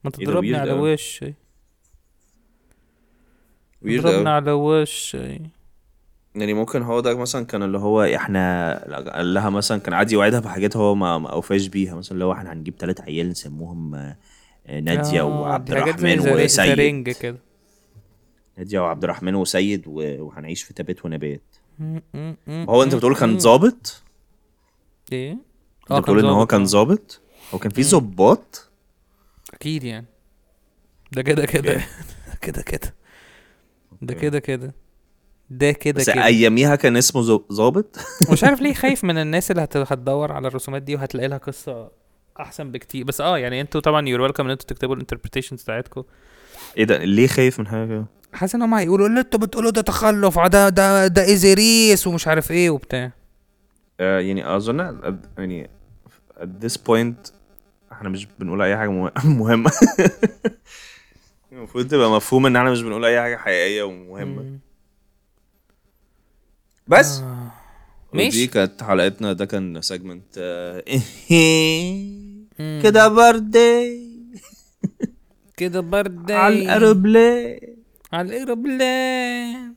A: ما
B: إيه ده
A: تضربني
B: weird
A: على
B: أوي.
A: وشي
B: Weird أوي.
A: تضربني على وشي
B: يعني ممكن هو ده مثلا كان اللي هو احنا قال لها مثلا كان عادي يوعدها بحاجات هو ما ما اوفاش بيها مثلا اللي هو احنا هنجيب ثلاث عيال نسموهم آه، ناديه
A: آه،
B: وعبد
A: دي حاجات زي
B: الرحمن
A: زي- زي
B: وسيد
A: رينج كده
B: ناديه وعبد الرحمن وسيد و- وهنعيش في تبات ونبات
A: م- م- م-
B: هو انت بتقول كان
A: آه،
B: ظابط
A: ايه
B: انت بتقول ان هو
A: ظابط،
B: كان
A: آه.
B: ظابط هو كان في ظباط
A: اكيد يعني ده كده كده
B: إيه.
A: [laughs] كده كده ده كده كده ده كده
B: بس
A: كده
B: اياميها كان اسمه ظ- [laughs] ظابط
A: مش عارف ليه خايف من الناس اللي هت- هتدور على الرسومات دي وهتلاقي لها قصه احسن بكتير بس اه يعني انتوا طبعا يور ويلكم ان انتوا تكتبوا الانتربريتيشنز بتاعتكم
B: ايه ده ليه خايف من حاجه كده؟
A: حاسس ان هم هيقولوا اللي انتوا بتقولوا ده تخلف ع- ده ده ده ازيريس ومش عارف ايه وبتاع
B: آه، يعني اظن at- يعني at this point احنا مش بنقول اي حاجه مه- [laughs] مهمه المفروض تبقى مفهوم ان احنا مش بنقول اي حاجه حقيقيه ومهمه بس ودي
A: ماشي.
B: كانت حلقتنا ده كان سيجمنت [laughs] كده بردي
A: كده برده
B: على الاروبلان
A: على الايروبلان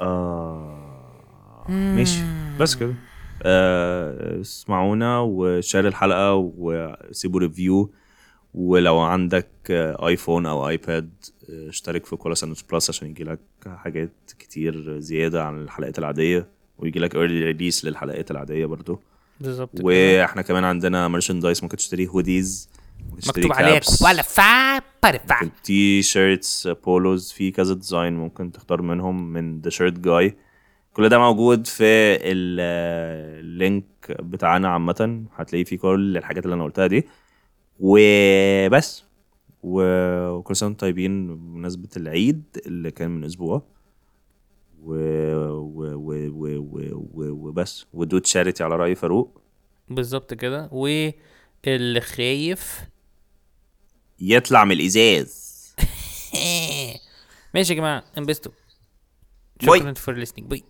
B: آه ماشي بس كده آه اسمعونا وشير الحلقة وسيبوا ريفيو ولو عندك آه، ايفون او ايباد آه، اشترك في كولا ساندوتش بلس عشان يجي لك حاجات كتير زيادة عن الحلقات العادية ويجي لك ايرلي ريليس للحلقات العادية برضو
A: بالظبط كده.
B: واحنا كمان عندنا مرشندايز ممكن تشتري هوديز
A: مكتوب عليها
F: ولا فا برفع
B: تي شيرتس بولوز في كذا ديزاين ممكن تختار منهم من ذا شيرت جاي كل ده موجود في ال- اللينك بتاعنا عامة هتلاقيه فيه كل الحاجات اللي انا قلتها دي وبس و- وكل سنة وانتم طيبين بمناسبة العيد اللي كان من اسبوع و... و... و... و... و... و... وبس ودو تشاريتي على رأي فاروق
A: بالظبط كده واللي خايف
B: يطلع من الإزاز
A: [laughs] ماشي يا جماعه انبسطوا
B: باي.
A: شكرا فور listening باي